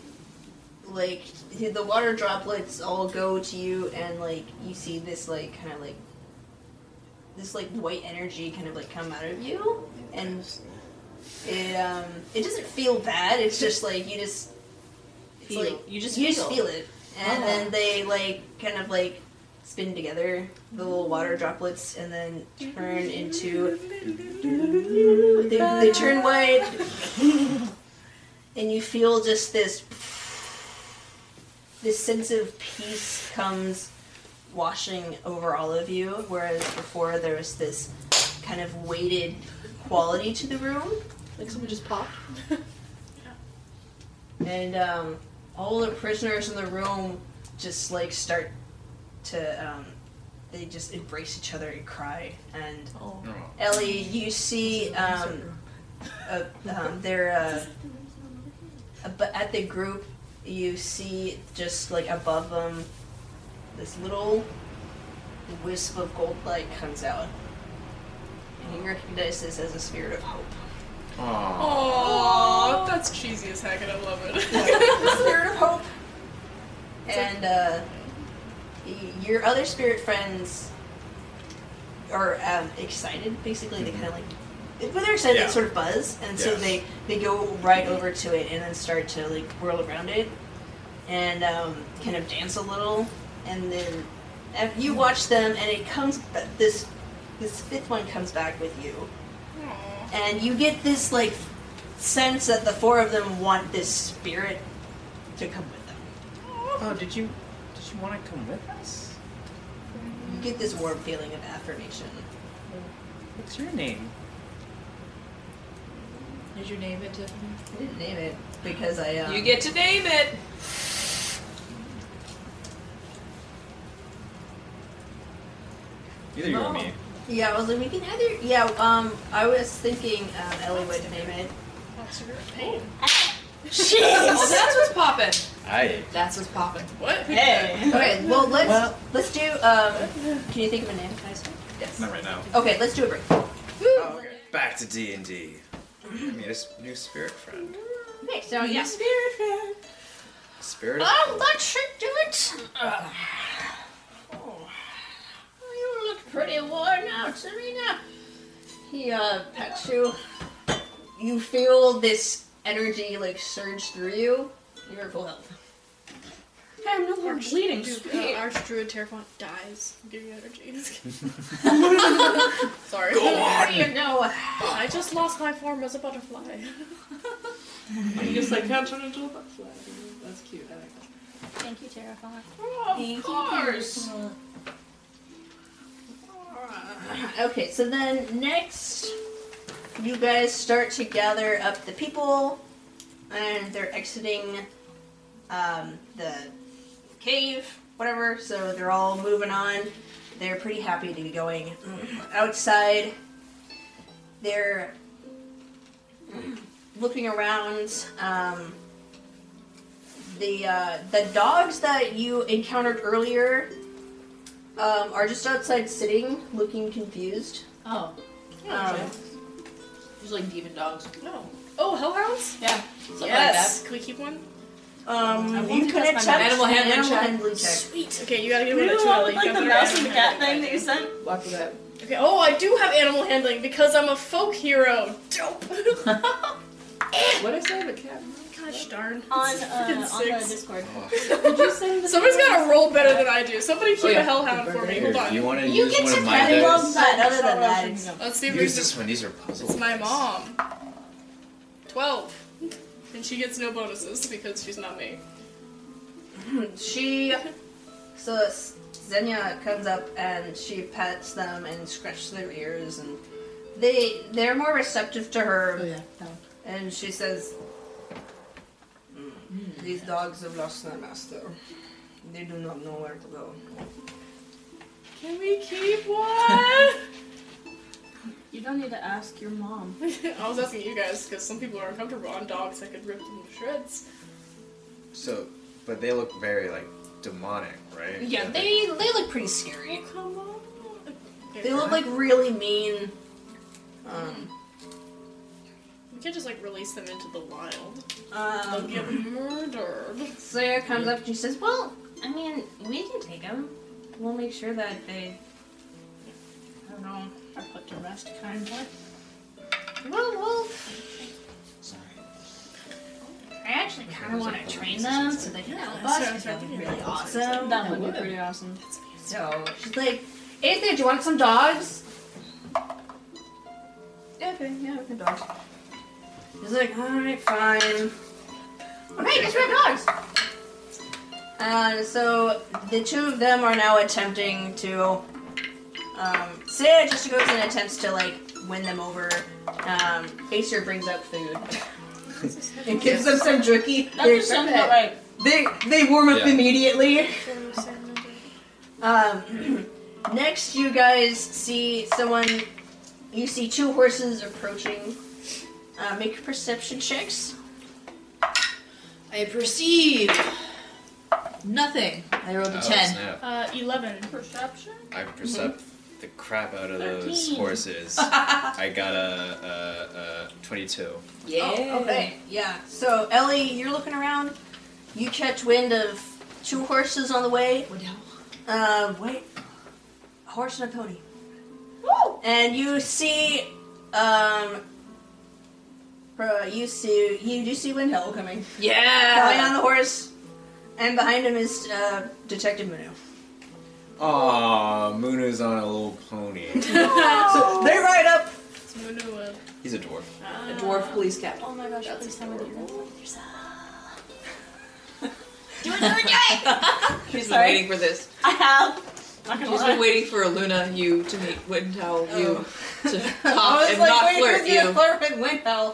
like, he, the water droplets all go to you, and like you see this, like, kind of like this, like, white energy kind of like come out of you, and it um, it doesn't feel bad. It's just like you just, it's
Feel.
like
You just
you just feel
feel.
it, and
Oh.
then they like kind of like spin together the little water droplets and then turn into they, they turn white and you feel just this this sense of peace comes washing over all of you whereas before there was this kind of weighted quality to the room
Like someone just popped.
and um, all the prisoners in the room just like start to um, they just embrace each other and cry and ellie you see E um, uh, um, they're uh, but at the group you see just like above them this little wisp of gold light comes out and he recognizes this as a spirit of hope
Oh, that's cheesy as heck, and I love
the
it.
spirit of hope. And uh, y- your other spirit friends are um, excited. Basically, they kind of like when they're excited,
Yeah.
they sort of buzz, and so
Yeah.
they they go right over to it and then start to like whirl around it and um, kind of dance a little, and then if you watch them, and it comes ba- this this fifth one comes back with you, and you get this like sense that the four of them want this spirit to come with them.
Oh, did you did you want to come with us?
You get this warm feeling of affirmation.
What's your name?
Did you name it, Tiffany?
I didn't name it because I. Um,
You get to name it.
Either you or me.
Yeah, I was like, we can either. Yeah, um, I was thinking um, Ellie would name it. Oh.
Pain.
Shit!
well, that's what's popping.
Aye.
That's what's popping.
What?
Hey. Okay. Well, let's let's do. Um, can you think of a name, guys? Yes.
Not right now.
Okay, let's do a break.
Back to D and D. I mean, a s- new spirit friend.
Okay, so yeah.
Spirit.
Ah!
of
Oh,
hope.
that should do it. Ugh. Oh,
you look pretty worn out, Serena. He uh pets you. You feel this energy like surge through you. You're at full health.
I'm no
longer bleeding, sweet.
Uh, Archdruid Terrafont dies from giving energy. Just kidding. Sorry.
Go on. You know.
I just lost my form as a butterfly.
You just like can't turn into a butterfly. That's cute. I like that.
Thank you, Terraform.
Thank course. Okay, so then next, you guys start to gather up the people, and they're exiting um, the cave, whatever. So they're all moving on. They're pretty happy to be going outside. They're looking around. Um, the uh, the dogs that you encountered earlier um, are just outside sitting, looking confused.
Oh.
Um,
There's like demon dogs.
No. Oh, hellhounds?
Yeah.
Something like
Yes.
that. Can we keep one?
Um,
want
you
to
can
test my
attempt
animal handling
an
check.
handling check.
Sweet. Okay, you gotta get
You
one
know
of
what,
Ellie.
like
You
the
gotta put
mouse
animal
and the cat
handling
thing that you
back
sent?
in.
Walk with that.
Okay. Oh, I do have animal handling because I'm a folk hero. Dope.
What I say, the cat.
Gosh darn.
On,
It's
uh,
freaking
on the
six.
Discord.
Did you send the
Somebody's gotta roll better than I do. Somebody
Oh,
keep a hellhound for me.
Here,
Hold
if
on.
you want to
You
use
get
one
to
of my
carry
dice,
on, but other than that,
it's-
Let's see if we
use
can.
this one. These are puzzles.
It's my mom. Twelve. And she gets no bonuses because she's not me.
she so S- Xenia comes up and she pets them and scratches their ears and they they're more receptive to
Oh,
her. And she says, "Mm, "These dogs have lost their master. They do not know where to go."
Can we keep one? I
You don't need to ask your mom.
was asking you guys because some people are uncomfortable on dogs that could rip them to shreds.
So, but they look very like demonic, right?
Yeah, they they look pretty scary.
Come on.
They look like really mean. Um,
We can't just like release them into the wild.
Oh,
They'll
um,
get murdered.
Slayer comes up and she says, "Well,
I mean, we can take them. We'll make sure that they, I don't know, are put to rest, kind of.
well, well."
I actually kind of want to train them so they can help
that's
us.
what I was
'cause That would be really
That
awesome. That would be pretty awesome.
So she's like, "Ethan, do you want some dogs?" Yeah, okay, yeah, okay, dogs. He's like, all right, fine. Okay, guess we have dogs. And Uh, so the two of them are now attempting to. Um, Saya just goes and attempts to like win them over. Um, Acer brings up food and gives them some jerky.
That
They're
just sounds
perfect.
about right.
They they warm up
Yeah.
immediately. Um, next, you guys see someone. You see two horses approaching. Uh, make perception checks.
I perceive nothing. I rolled a
Oh,
ten.
snap.
Uh, eleven.
Perception?
I percept the crap out of those horses. I got a, a, a 22.
Yeah.
Oh, okay. Yeah. So Ellie, you're looking around. You catch wind of two horses on the way. Uh, wait. A horse and a pony. Woo! And you see, um, uh, you see, you do see Windhelm coming. Coming on
Yeah.
the horse, and behind him is uh, Detective Minu.
Aw, Munu's on a little pony.
So they ride up.
It's Manua.
He's a dwarf.
A dwarf police captain.
Oh my gosh, please tell me that you're gonna
Do it, do it, do it!
She's been
Sorry?
waiting for this.
I have. Not gonna
She's
lie.
been waiting for Luna, you to meet Windhowl, you to
I
talk
was
and
like,
not
wait,
flirt
who's gonna
you.
flirt with Windhelm?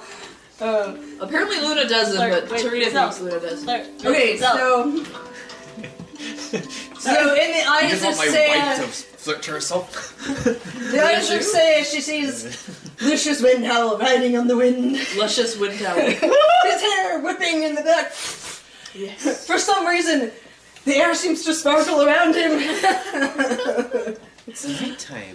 Uh,
Um,
Apparently Luna doesn't,
Flirt
but
with
Tarita
yourself.
thinks Luna does.
Flirt with
Okay,
yourself.
so. so in the
You
eyes
just
of
want my
Saya,
wife to
flirt to herself.
The Iser says she sees Lucius Windhowl riding on the wind.
Luscious Windhowl.
His hair whipping in the back. Yes. For some reason, the air seems to sparkle around him.
it's nighttime.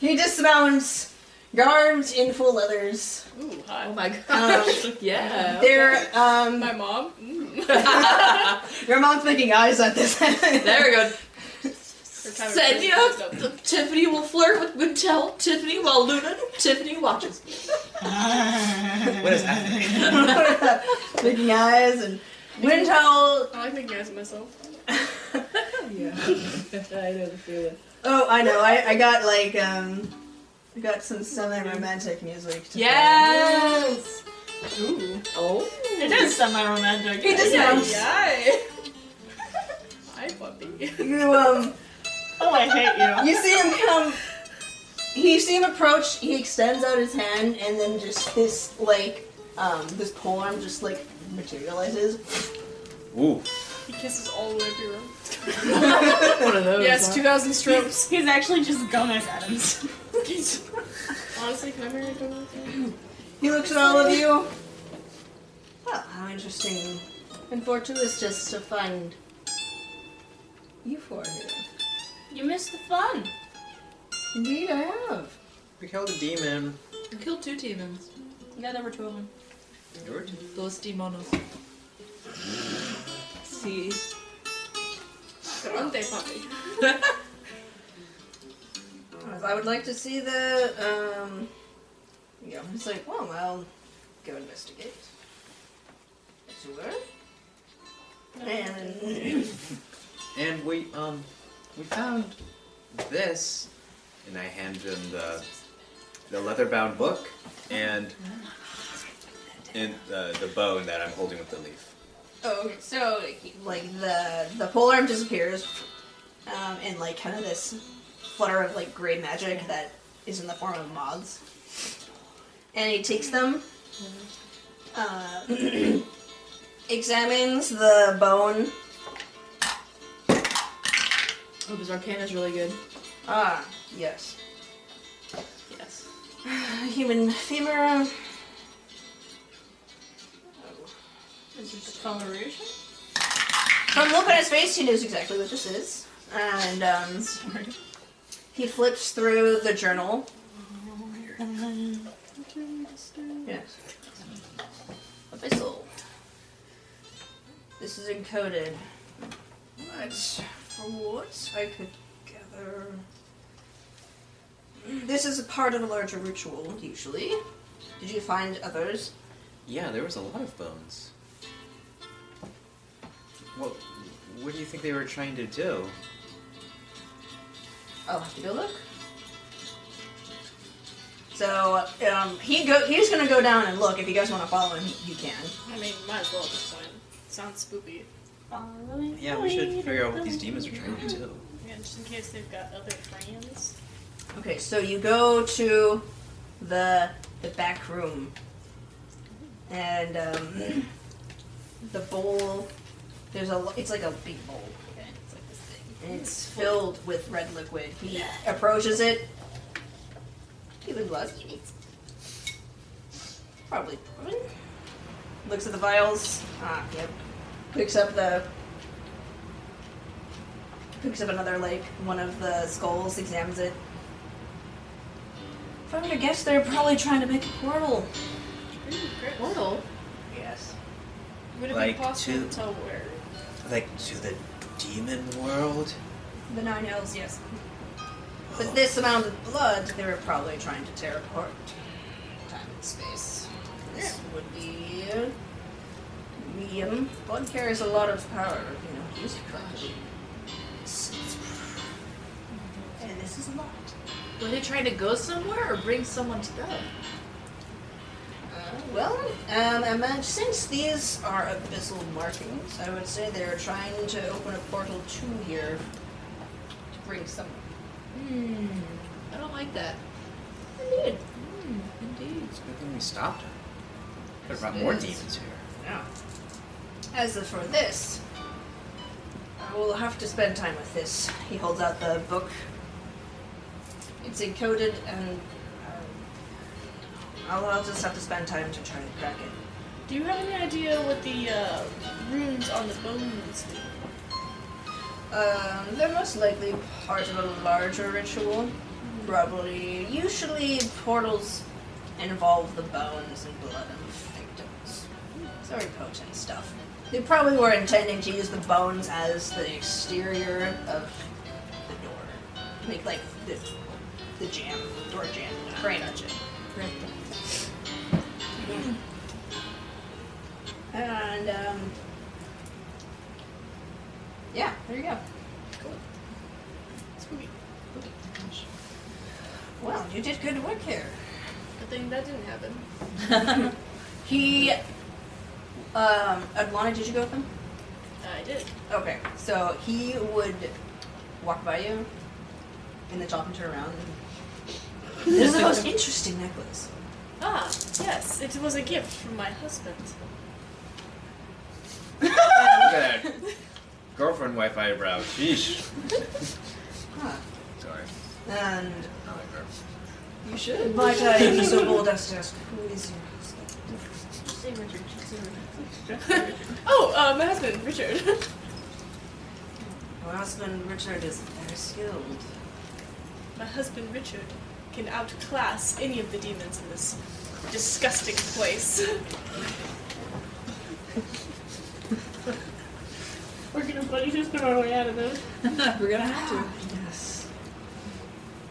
he dismounts, garbed in full leathers.
Ooh, hi. Oh my
gosh.
yeah.
They're, um,
My mom?
your mom's making eyes at this.
There we go.
Said,
Said, you know, Tiffany will flirt with Wintel, Tiffany while Luna, Tiffany watches.
What is happening?
making eyes and
I
Windhowl.
like making eyes at myself.
yeah. I know the feeling.
Oh, I know. I, I got like um, I got some semi-romantic music. To
Yes!
play. Ooh.
Oh.
It is semi-romantic.
He dismounts.
Yay! Hi, puppy.
You um.
Oh, I hate you.
You see him come. You see him approach. He extends out his hand, and then just this like um this polearm just like materializes.
Ooh.
He kisses all the way up your room.
One of those.
yes,
huh?
2,000 strokes.
He's actually just Gomez Adams.
Honestly, can I marry a donut?
He looks at all of you. Well, how interesting and fortuitous just to find you four here.
You missed the fun.
Indeed, I have.
We killed a demon.
You killed two demons.
Yeah, there were two of them.
There were two.
Those demonos. See?
Aren't they puppy?
I would like to see the. Um, yeah, I'm just like, well, I'll go investigate. As it were. And
And we um we found this, and I hand him the the leather bound book and and uh, the bow that I'm holding with the leaf.
oh, so like the the pole arm disappears, um, and like kind of this flutter of like gray magic that is in the form of moths, and he takes them, uh, examines the bone.
Oh, his arcana's really good.
Ah, yes.
Yes.
human femur. Oh.
Is it the coloration?
From looking at his face, he knows exactly what this is. And um, he flips through the journal. Yes. Abyssal. This is encoded. But from what I could gather, this is a part of a larger ritual, usually. Did you find others?
Yeah, there was a lot of bones. What what do you think they were trying to do?
I'll have to go look. So um, he go. He's gonna go down and look. If you guys want to follow him, you can.
I mean, might as well at this point. Sounds spoopy.
Yeah, we should figure out what these demons are trying to do.
Yeah, just in case they've got other plans.
Okay, so you go to the the back room, and um, the bowl. There's a. lo- It's like a big bowl. Okay, it's like this thing, and it's filled with red liquid. He approaches it. Even blood. Probably poison. Looks at the vials. Ah, yep. Picks up the. Picks up another like one of the skulls. Examines it. If I were to guess, they're probably trying to make a portal.
Portal?
Yes.
Would it
Like
be possible
two.
to tell where?
Like to the demon world?
The nine hells, yes. With this amount of blood, they were probably trying to tear apart time and space. This would be medium. Blood carries a lot of power, if you know, how to use it correctly. And this is a lot.
Were they trying to go somewhere or bring someone to them?
Uh, well, um, imagine, since these are abyssal markings, I would say they're trying to open a portal to here to bring some.
Hmm. I don't like that.
Indeed.
Hmm. Indeed.
It's a good thing we stopped him. Could have brought more
Yes.
demons here.
As for this, uh, I will have to spend time with this. He holds out the book. It's encoded, and um, I'll, I'll just have to spend time to try to crack it.
Do you have any idea what the uh, runes on the bones mean?
Um, they're most likely part of a larger ritual. Probably, usually portals involve the bones and blood of victims. It's very potent stuff. They probably were intending to use the bones as the exterior of the door, make like the the jam, door jam,
Right.
Gotcha. And um, yeah, there you go. Cool.
Spooky.
Well, you did good work here.
Good thing that didn't happen.
He, um, Adwana, did you go with him?
I did.
Okay, so he would walk by you, and then jump and turn around. And, this is the most interesting necklace.
Ah, yes, it was a gift from my husband.
Look at that. Girlfriend wife eyebrow. Sheesh.
Huh.
Sorry.
And
I like her.
you should. Might I be so bold as to ask who is your husband?
Say Richard. oh, uh, my husband, Richard.
Your husband Richard is very skilled.
my husband, Richard, can outclass any of the demons in this disgusting place.
We're gonna buddy system our way out of this.
We're gonna have to.
Yes.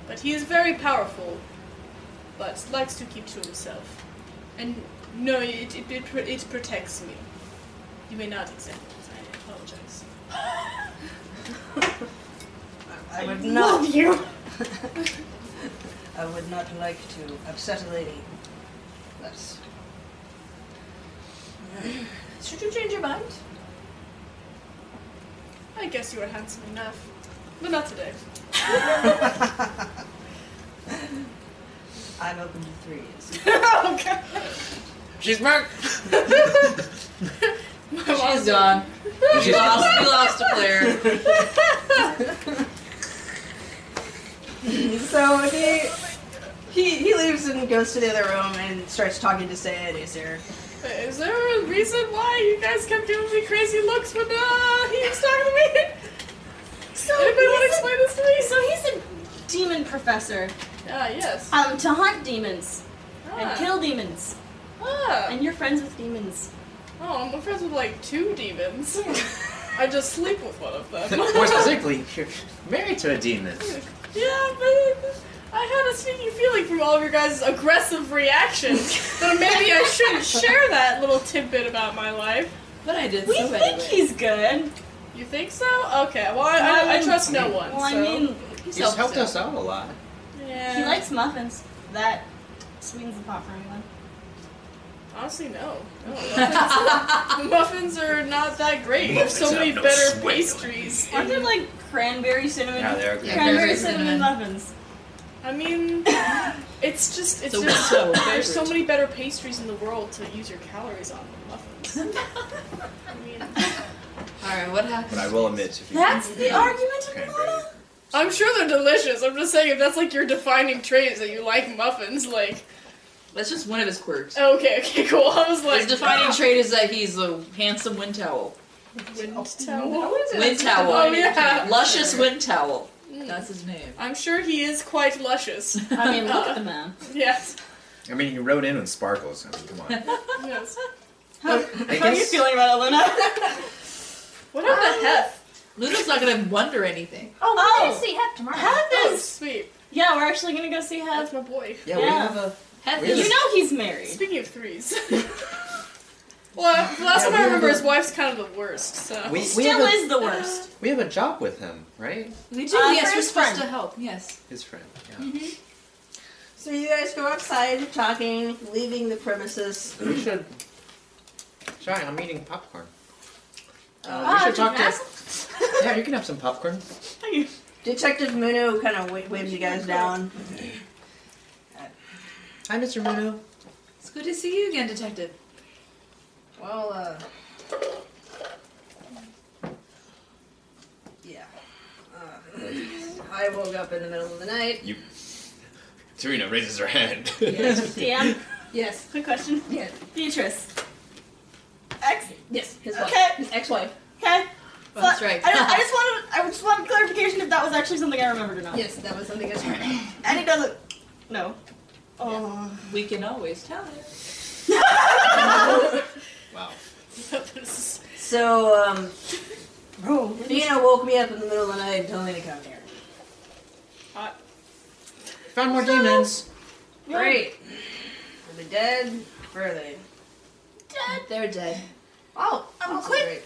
But he is very powerful, but likes to keep to himself. And no, it, it, it, pr- it protects me. You may not accept it, I apologize.
I would
love
not.
you.
I would not like to upset a lady. That's. Should you change your mind?
I guess you are handsome enough, but not today.
I'm open to three years.
okay.
She's back.
She's gone.
She's
We lost, we lost a player.
so he, he he leaves and goes to the other room and starts talking to Saya and Aesir.
Is there a reason why you guys kept giving me crazy looks when uh, he was talking to me?
So
Anybody want to
he's a-
explain this to me?
So he's a demon professor.
Ah, yes.
Um, to hunt demons
Ah.
and kill demons.
Ah.
And you're friends with demons.
Oh, I'm friends with like two demons. I just sleep with one of them.
More specifically, you're married to a demon.
Yeah, but I had a sneaky feeling from all of your guys' aggressive reactions that maybe I shouldn't share that little tidbit about my life.
But I did
We
so
think
anyway.
he's good.
You think so? Okay. Well, I, I, I trust no one.
Well, I
so- uh,
mean,
He's helped, us out a lot.
Yeah.
He likes muffins. That sweetens the pot for anyone.
Honestly, no. no muffins, muffins are not that great. There's so
Muffins
many
have no
better
swing.
pastries.
Aren't there
in-
like cranberry cinnamon?
Yeah, there are
cranberry,
cranberry
cinnamon,
cinnamon.
muffins.
I mean, it's just it's
So-
just
so
there's so
favorite.
many better pastries in the world to use your calories on than muffins. I mean,
Alright, what happened?
But I will admit, if you
argument
Cranberry.
I'm sure they're delicious. I'm just saying if that's like your defining trait is that you like muffins, like
That's just one of his quirks.
okay, okay, cool. I was like
His defining trait is that he's a handsome wind towel.
Wind towel.
Wind towel.
Oh yeah.
Luscious wind towel.
Mm.
That's his name.
I'm sure he is quite luscious.
I mean, look at
Uh,
the man.
Yes.
I mean, he rode in with sparkles. I mean, come on.
Yes.
How,
I
how are you
guess-
feeling about it,
Oh,
Luna?
What
Um,
about the hef?
Luna's not gonna wonder anything.
Oh,
we're gonna see Hep tomorrow.
Hef
Oh,
is.
sweet.
Yeah, we're actually gonna go see Hef.
That's my boy.
Yeah, we have a.
Hef
we have
You
a-
know he's married.
Speaking of threes. well, the last
Yeah,
time I
we
remember
were-
his wife's kind of the worst, so.
We, we
Still
have a,
is the worst. Uh,
We have a job with him, right?
We
do, yes, we're supposed to
help, Uh, yes.
His friend. Yeah.
So you guys go outside talking, leaving the premises.
We should. Sorry, I'm eating popcorn. Uh,
Ah,
we should talk
did you
to. yeah, you can have some popcorn.
Detective Munu kind of wa- waves you guys down.
Hi, Mr. Munu.
It's good to see you again, Detective.
Well, uh, I woke up in the middle of the night.
You. Serena raises her hand.
Yes. DM?
Yes. Quick question. Yes.
Beatrice.
Ex.
Yes. His wife.
Okay.
His ex-wife.
Okay.
Well, that's
So-
right.
I, don't- I just wanted. I just wanted clarification if that was actually something I remembered or not.
Yes, that was something I remembered.
And it doesn't. No. Oh.
We can always tell it.
Wow.
So, um, bro, Nina woke me up in the middle of the night and told me to come here.
Hot.
Found more demons. Great. Are they dead? Where are they?
Dead.
They're dead.
Oh, um,
also
quick,
great.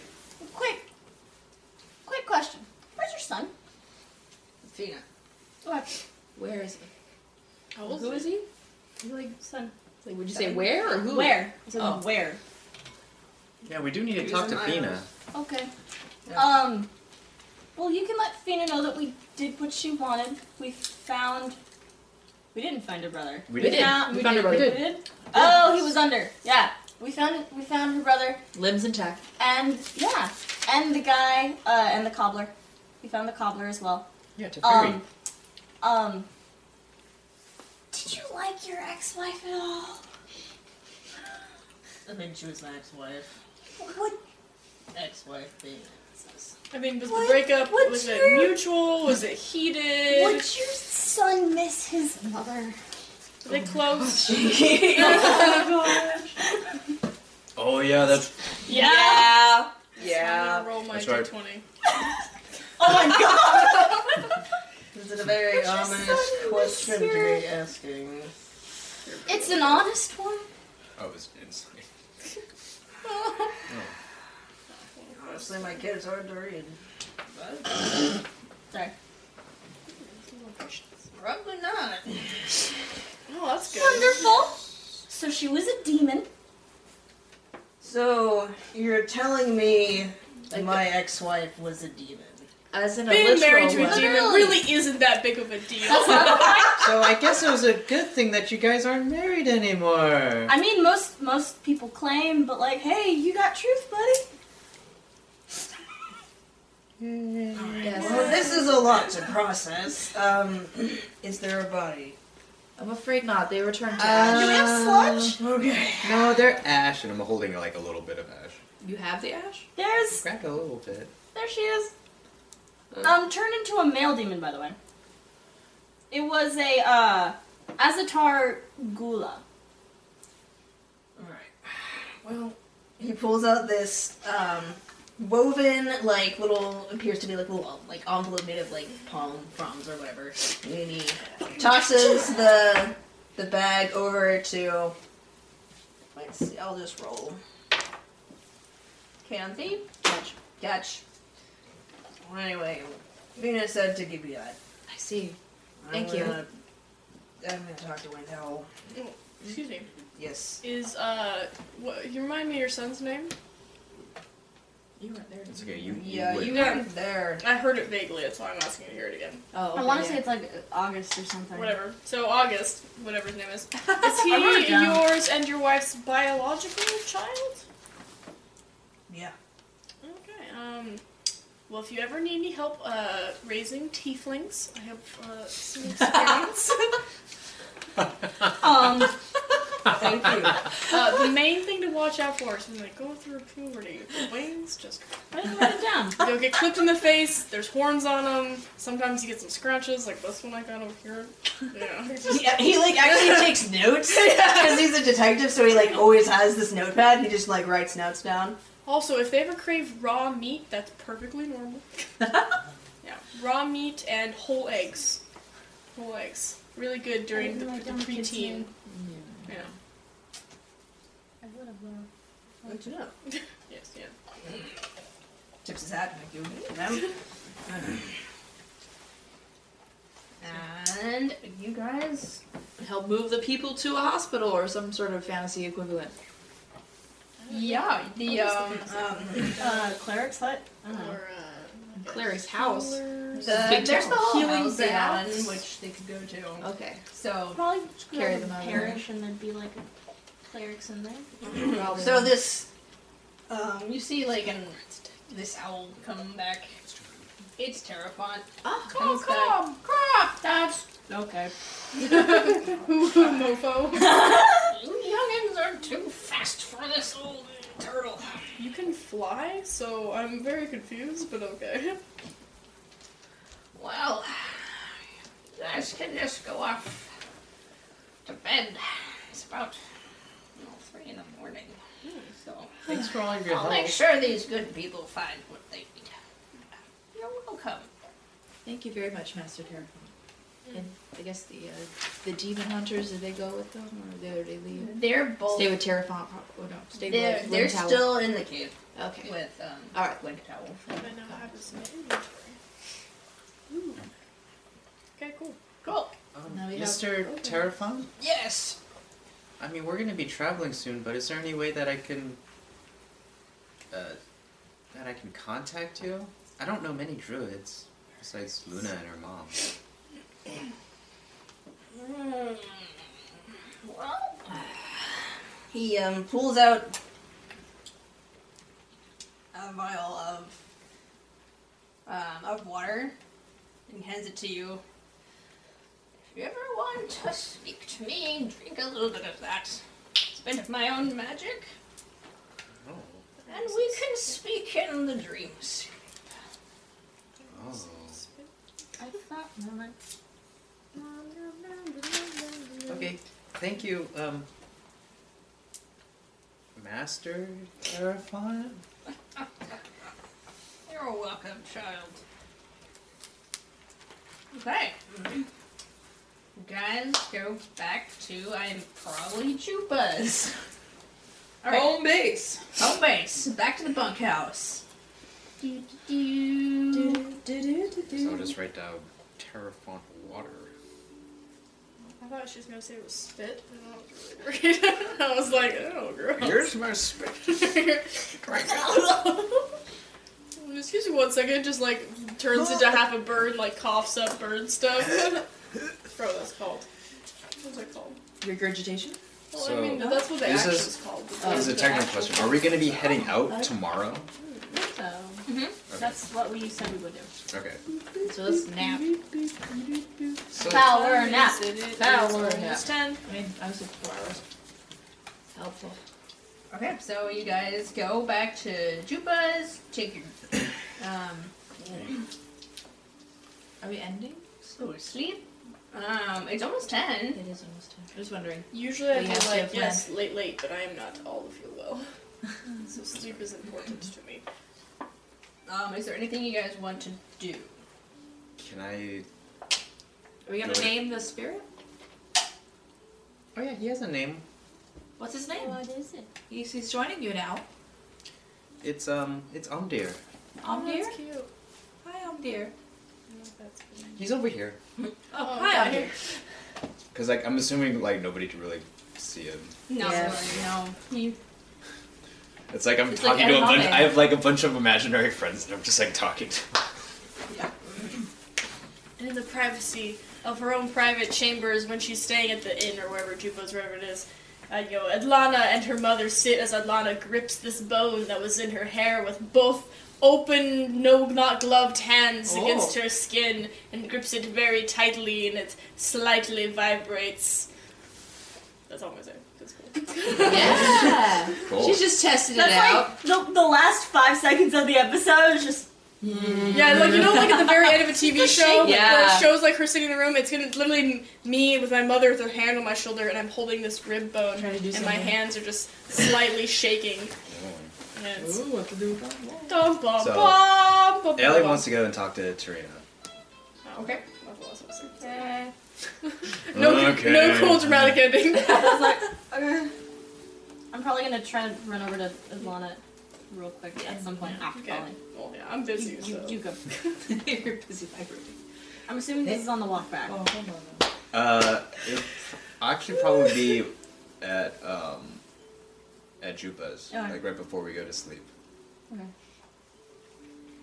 quick, quick question. Where's your son?
Tina.
What?
Where is he?
How
old
Who
is
is he? He's like son.
Like, would you say where or who?
Where? I said
Oh.
where.
Yeah, we do need to
Use
talk to
an
Fina.
Okay. Um. Well, you can let Fina know that we did what she wanted. We found. We didn't find her brother.
We did.
Found,
We found her brother.
We did. Oh, he was under. Yeah. We found. We found her brother.
Limbs intact.
And yeah, and the guy uh, and the cobbler. We found the cobbler as well.
Yeah, to
um, um. Did you like your ex-wife at all?
I think she was my ex-wife.
What?
Ex-wife thing.
I mean, was
What-
the breakup
what's
was
your-
it mutual? Was it heated?
Would your son miss his mother?
Were they close?
Oh yeah, that's
Yeah.
Yeah. Roll my
That's right.
d20.
Oh my god.
This is a very ominous question to be asking.
it's an honest one.
oh, it's insane.
Honestly, my kid's hard to read.
Sorry.
Probably not.
Oh, that's good.
Wonderful. So she was a demon.
So, you're telling me my ex-wife was a demon.
As an
Being married to a
one.
demon really isn't that big of a deal.
so I guess it was a good thing that you guys aren't married anymore.
I mean, most most people claim, but like, hey, you got truth, buddy.
Well, this is a lot to process. Um, is there a body?
I'm afraid not. They returned to
Uh,
ash.
Do we have sludge?
Okay.
No, they're ash, and I'm holding like a little bit of ash.
You have the ash?
There's
Grabbed a little bit.
there she is. Um, turned into a male demon, by the way. It was a uh, Azatar Gula.
Alright. Well, he pulls out this um, woven, like, little, appears to be like little, like, envelope made of, like, palm fronds or whatever. And he tosses the the bag over to. Let's see, I'll just roll. Okay, on theme? Catch. Catch. Well, anyway, Vina said to give you that.
I see.
I'm
Thank you.
gonna- I'm gonna talk to Wendell.
Excuse me.
Yes.
Is uh, what, you remind me your son's name?
You weren't there.
It's okay. You. you
Yeah,
would.
you weren't there.
I heard it vaguely. That's why I'm asking you to hear it again.
Oh,
I
okay,
want to
yeah.
say it's like August or something.
Whatever. So August, whatever his name is, is
I wrote it
he
down.
yours and your wife's biological child?
Yeah.
Okay. Um. Well, if you ever need any help uh, raising tieflings, I have uh, some experience.
Um,
Thank you.
uh, the main thing to watch out for is when they go through puberty, the wings just
I didn't write it down.
They'll get clipped in the face. There's horns on them. Sometimes you get some scratches, like this one I got over here. Yeah. it's just-
Yeah, he like actually takes notes because he's a detective, so he like always has this notepad. He just like writes notes down.
Also, if they ever crave raw meat, that's perfectly normal. yeah, raw meat and whole eggs. Whole eggs, really good during the,
I
the
don't get
preteen.
you.
Yeah.
I would have loved.
Good to know.
Yes. Yeah.
Tips his hat. Thank you. ma'am. And you guys,
Help move the people to a hospital or some sort of fantasy equivalent.
Yeah,
the um,
uh, cleric's hut. I don't know.
Or uh,
Clary's house.
healers.
the,
Big
Uh, there's the
town.
whole
Healing
healing bath,
baths.
which they could go to.
Okay.
So,
Probably just
Carry
go to
them
the
over.
parish and there'd be like clerics in there.
Probably.
so this, um, you see like an this owl come back
It's Terrafont.
Ah,
come,
Oh,
come,
That's
Okay.
mofo.
You youngins are too fast for this old turtle.
You can fly, so I'm very confused, but okay.
Well, you guys can just go off to bed. It's about you know, three in the morning. So
Thanks for all your
I'll
help.
make sure these good people find what they need. You're welcome.
Thank you very much, Master
Mm.
Terraform. And I guess the uh, the demon hunters, do they go with them or do they leave?
They're both-
Stay with Terraform. prob- Oh no, stay
They're,
with
they're
Windtower.
still in the cave.
Okay.
With um,
All right.
Wind Towel.
I know how to submit inventory. Ooh. Okay, cool.
Cool.
Um,
Now we have-
Mr.
okay.
Terrafon?
Yes.
I mean, we're going to be traveling soon, but is there any way that I can uh, that I can contact you? I don't know many druids besides Luna and her mom.
Mm. Well, he um, pulls out a vial of um, of water and hands it to you. If you ever want to speak to me, drink a little bit of that. It's a bit of my own magic,
Oh.
and we can speak in the dreams.
Oh.
I thought Mama.
Okay. Thank you, um, Master Terrafon.
You're welcome, child. Okay. Guys, go back to I'm probably Chupa's. All right.
Home base.
Home base. Back to the bunkhouse. Do, do, do.
So I'll just write down Terrafont water.
I thought she was gonna say it was spit, and I was really worried. I was like, oh, gross.
Here's my spit.
Excuse me one second, just like turns into half a bird, like coughs up bird stuff. Bro, that's called. What's that called?
Regurgitation?
Well, I
So,
mean, that's what the
this
action's
is-
called. but
Oh,
This is a
the
technical
action-
question. Are we going to be heading out tomorrow?
So that's what we said we would do.
Okay.
So let's nap.
So,
Power Oh, nap.
It is-
Power
it's
nap.
almost ten.
I mean, I was at four hours. Helpful.
Okay, so you guys go back to Jupa's. Take your. Um,
Are we ending?
so sleep. Um, it's almost 10.
It is almost time. I was wondering.
Usually I
We
do
have to
like
have
yes, late, late, but I am not all of you well. so sleep is important to me.
Um, is there anything you guys want to do?
can I?
Are we gonna
Really?
name the spirit?
Oh yeah, he has a name.
What's his name?
What is it?
He's, he's joining you now.
It's um, it's Umdir.
Oh,
Omdir?
that's cute.
Hi, Omdir.
That's cute.
He's over here.
Oh, hi,
okay.
Omdir.
Because like I'm assuming like nobody can really see him.
Not
Yeah.
really, no. You
It's like I'm
It's like
talking to a
Ed
bunch.
Helmick.
I have like a bunch of imaginary friends that I'm just like talking to.
And in the privacy of her own private chambers when she's staying at the inn or wherever Jupo's wherever it is. Uh, you know, Adlana and her mother sit as Adlana grips this bone that was in her hair with both open, no, not gloved hands
Oh.
against her skin and grips it very tightly and it slightly vibrates. That's all I'm gonna say. That's cool.
Yeah.
Cool.
She's just testing it
That's
out.
like the, the last five seconds of the episode is just
Yeah, like you know, like at the very end of a TV show, like, where
Yeah.
it shows like her sitting in the room. It's gonna literally m- me with my mother with her hand on my shoulder, and I'm holding this rib bone,
Try to do
and
something.
my hands are just slightly shaking. And it's
Ooh, what to do with that?
dum bum
So,
bum bum.
Ellie
bum.
wants to go and talk to Tarina.
Oh, okay. That's what I was supposed to say.
uh,
No,
Okay.
no cool dramatic ending.
I was like, okay. I'm probably gonna try and run over to Islana real quick at some point after
Okay.
calling.
Well, yeah, I'm busy.
You,
so.
you go.
You're busy vibrating.
I'm assuming this is on the walk back.
Oh, hold on. though.
Uh, it actually probably be at um at Jupa's,
Okay.
like right before we go to sleep.
Okay.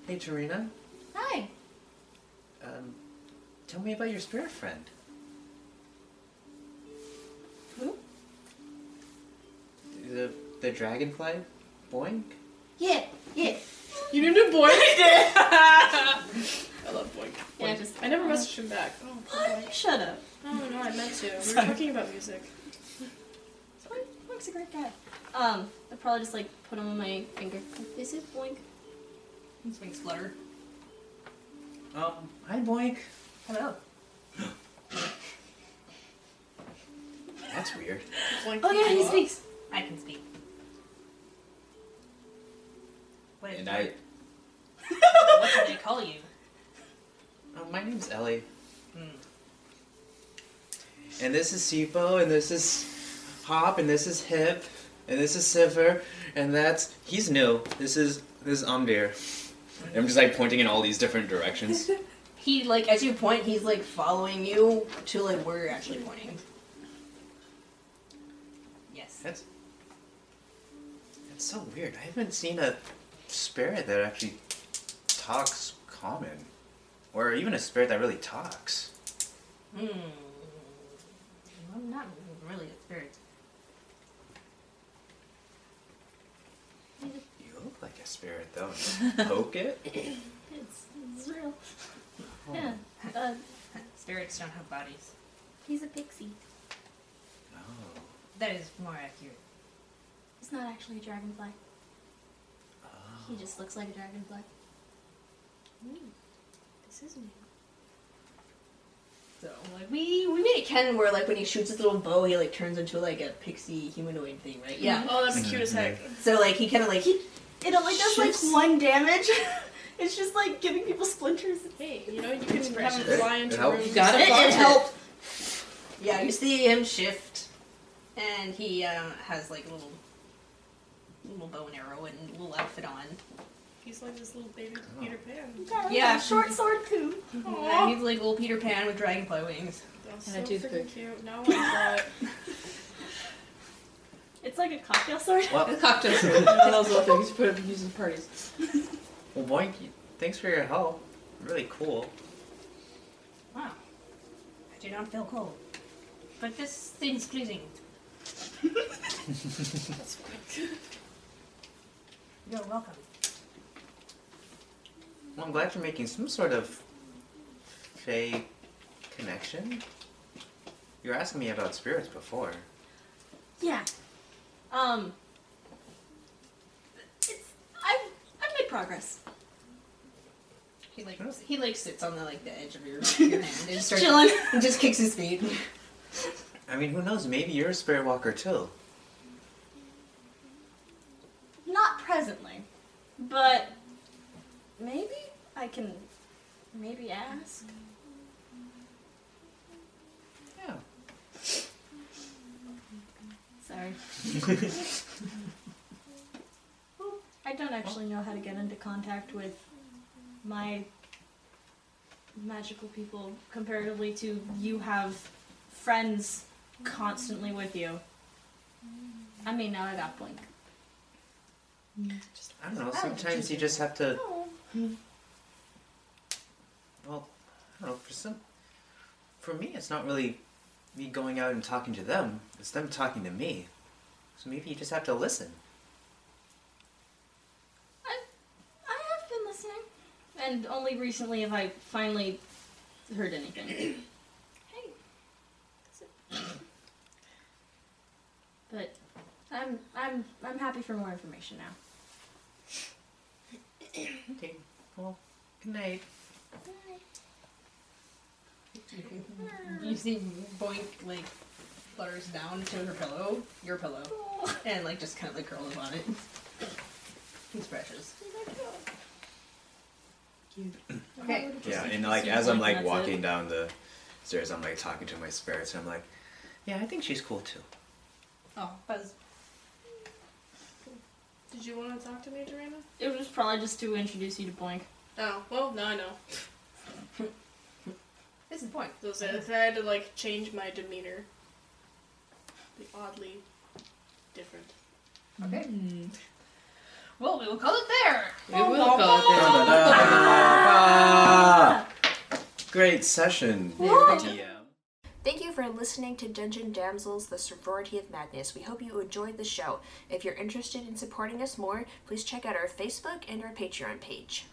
Hey, Tarina.
Hi.
Um, tell me about your spirit friend.
Who?
The the dragonfly, Boink.
Yeah. Yeah.
You knew new boy. I did. I love boy.
Yeah, just-
I never messaged him back. Oh,
What? Shut up.
oh no, I meant to. We were
Sorry.
talking about music.
Mark's a great guy. Um, I probably just like put him on my finger. Is it blink?
His wings flutter.
Um, hi, Boink. Hello. That's weird.
Oh yeah, he speaks.
I can speak. What
And I,
what did they call you?
uh, my name's Ellie. Hmm. And this is Sipo, and this is Hop, and this is Hip, and this is Siffer, and that's he's new. This is this is Umdir.
I'm just like pointing in all these different directions.
He like as you point, he's like following you to like where you're actually pointing. Yes.
That's that's so weird. I haven't seen a spirit that actually talks common, or even a spirit that really talks.
Hmm. I'm not really a spirit.
You look like a spirit though. Poke it.
It's, it's real. Yeah. Uh,
Spirits don't have bodies.
he's a pixie.
Oh.
That is more accurate.
He's not actually a dragonfly. He just looks like a dragonfly.
This is new.
So like we we made a Ken where like when he shoots his little bow, he like turns into like a pixie humanoid thing, right? Yeah.
Oh, that's cute as heck.
So like he kind of like he
It only does
Shoots.
like one damage. it's just like giving people splinters.
Hey, you know you can have him fly into
Oh. It helped.
rooms.
You gotta
it,
find
it
it.
helped. Yeah, you see him shift, and he uh, has like a little little bow and arrow and a little outfit on.
He's like this little baby
Oh.
Peter Pan.
Yeah.
short sword too.
Yeah, he's like little Peter Pan with dragonfly wings.
That's
And
so
a
freaking
toothpick.
cute. Now I want it.
It's like a cocktail sword.
Well,
Cocktail sword. One of those little things you put up and use in parties.
well, Boink. Thanks for your help. Really cool.
Wow. I do not feel cold, but this seems pleasing.
That's quick.
You're welcome.
Well, I'm glad you're making some sort of fey connection. You were asking me about spirits before.
Yeah. Um. It's I've I've made progress.
He like he like sits on the like the edge of your, your hand and starts
Chilling.
and just kicks his feet.
I mean, who knows? Maybe you're a spirit walker too.
Not presently, but maybe I can maybe ask.
Yeah.
Sorry. I don't actually know how to get into contact with my magical people comparatively to you have friends constantly with you. I mean, now I got blink.
I
Oh,
don't know. Sometimes you just have to.
hmm.
Well, I don't know. For some, for me, it's not really me going out and talking to them. It's them talking to me. So maybe you just have to listen.
I, I have been listening, and only recently have I finally heard anything. hey, that's it. but I'm I'm I'm happy for more information now.
Okay. Well, good night.
You see Boink like flutters down to her pillow, your pillow, and like just kind of like curls on it. He's precious. "Oh." Okay.
Yeah,
Just
and
like
like
super
as I'm
like
like
that's
walking
it.
down the stairs, I'm like talking to my spirits, and I'm like, yeah, I think she's cool too.
Oh, Buzz.
Did you want to talk to me, Joanna?
It was probably just to introduce you to Blink.
Oh, well, now I know.
This is Boink.
Those I had to like change my demeanor. Be oddly different.
Okay. Hmm. Well, we will call it there.
We will call it there. uh,
Great session, DM. Thank you for listening to Dungeon Damsels, the Sorority of Madness. We hope you enjoyed the show. If you're interested in supporting us more, please check out our Facebook and our Patreon page.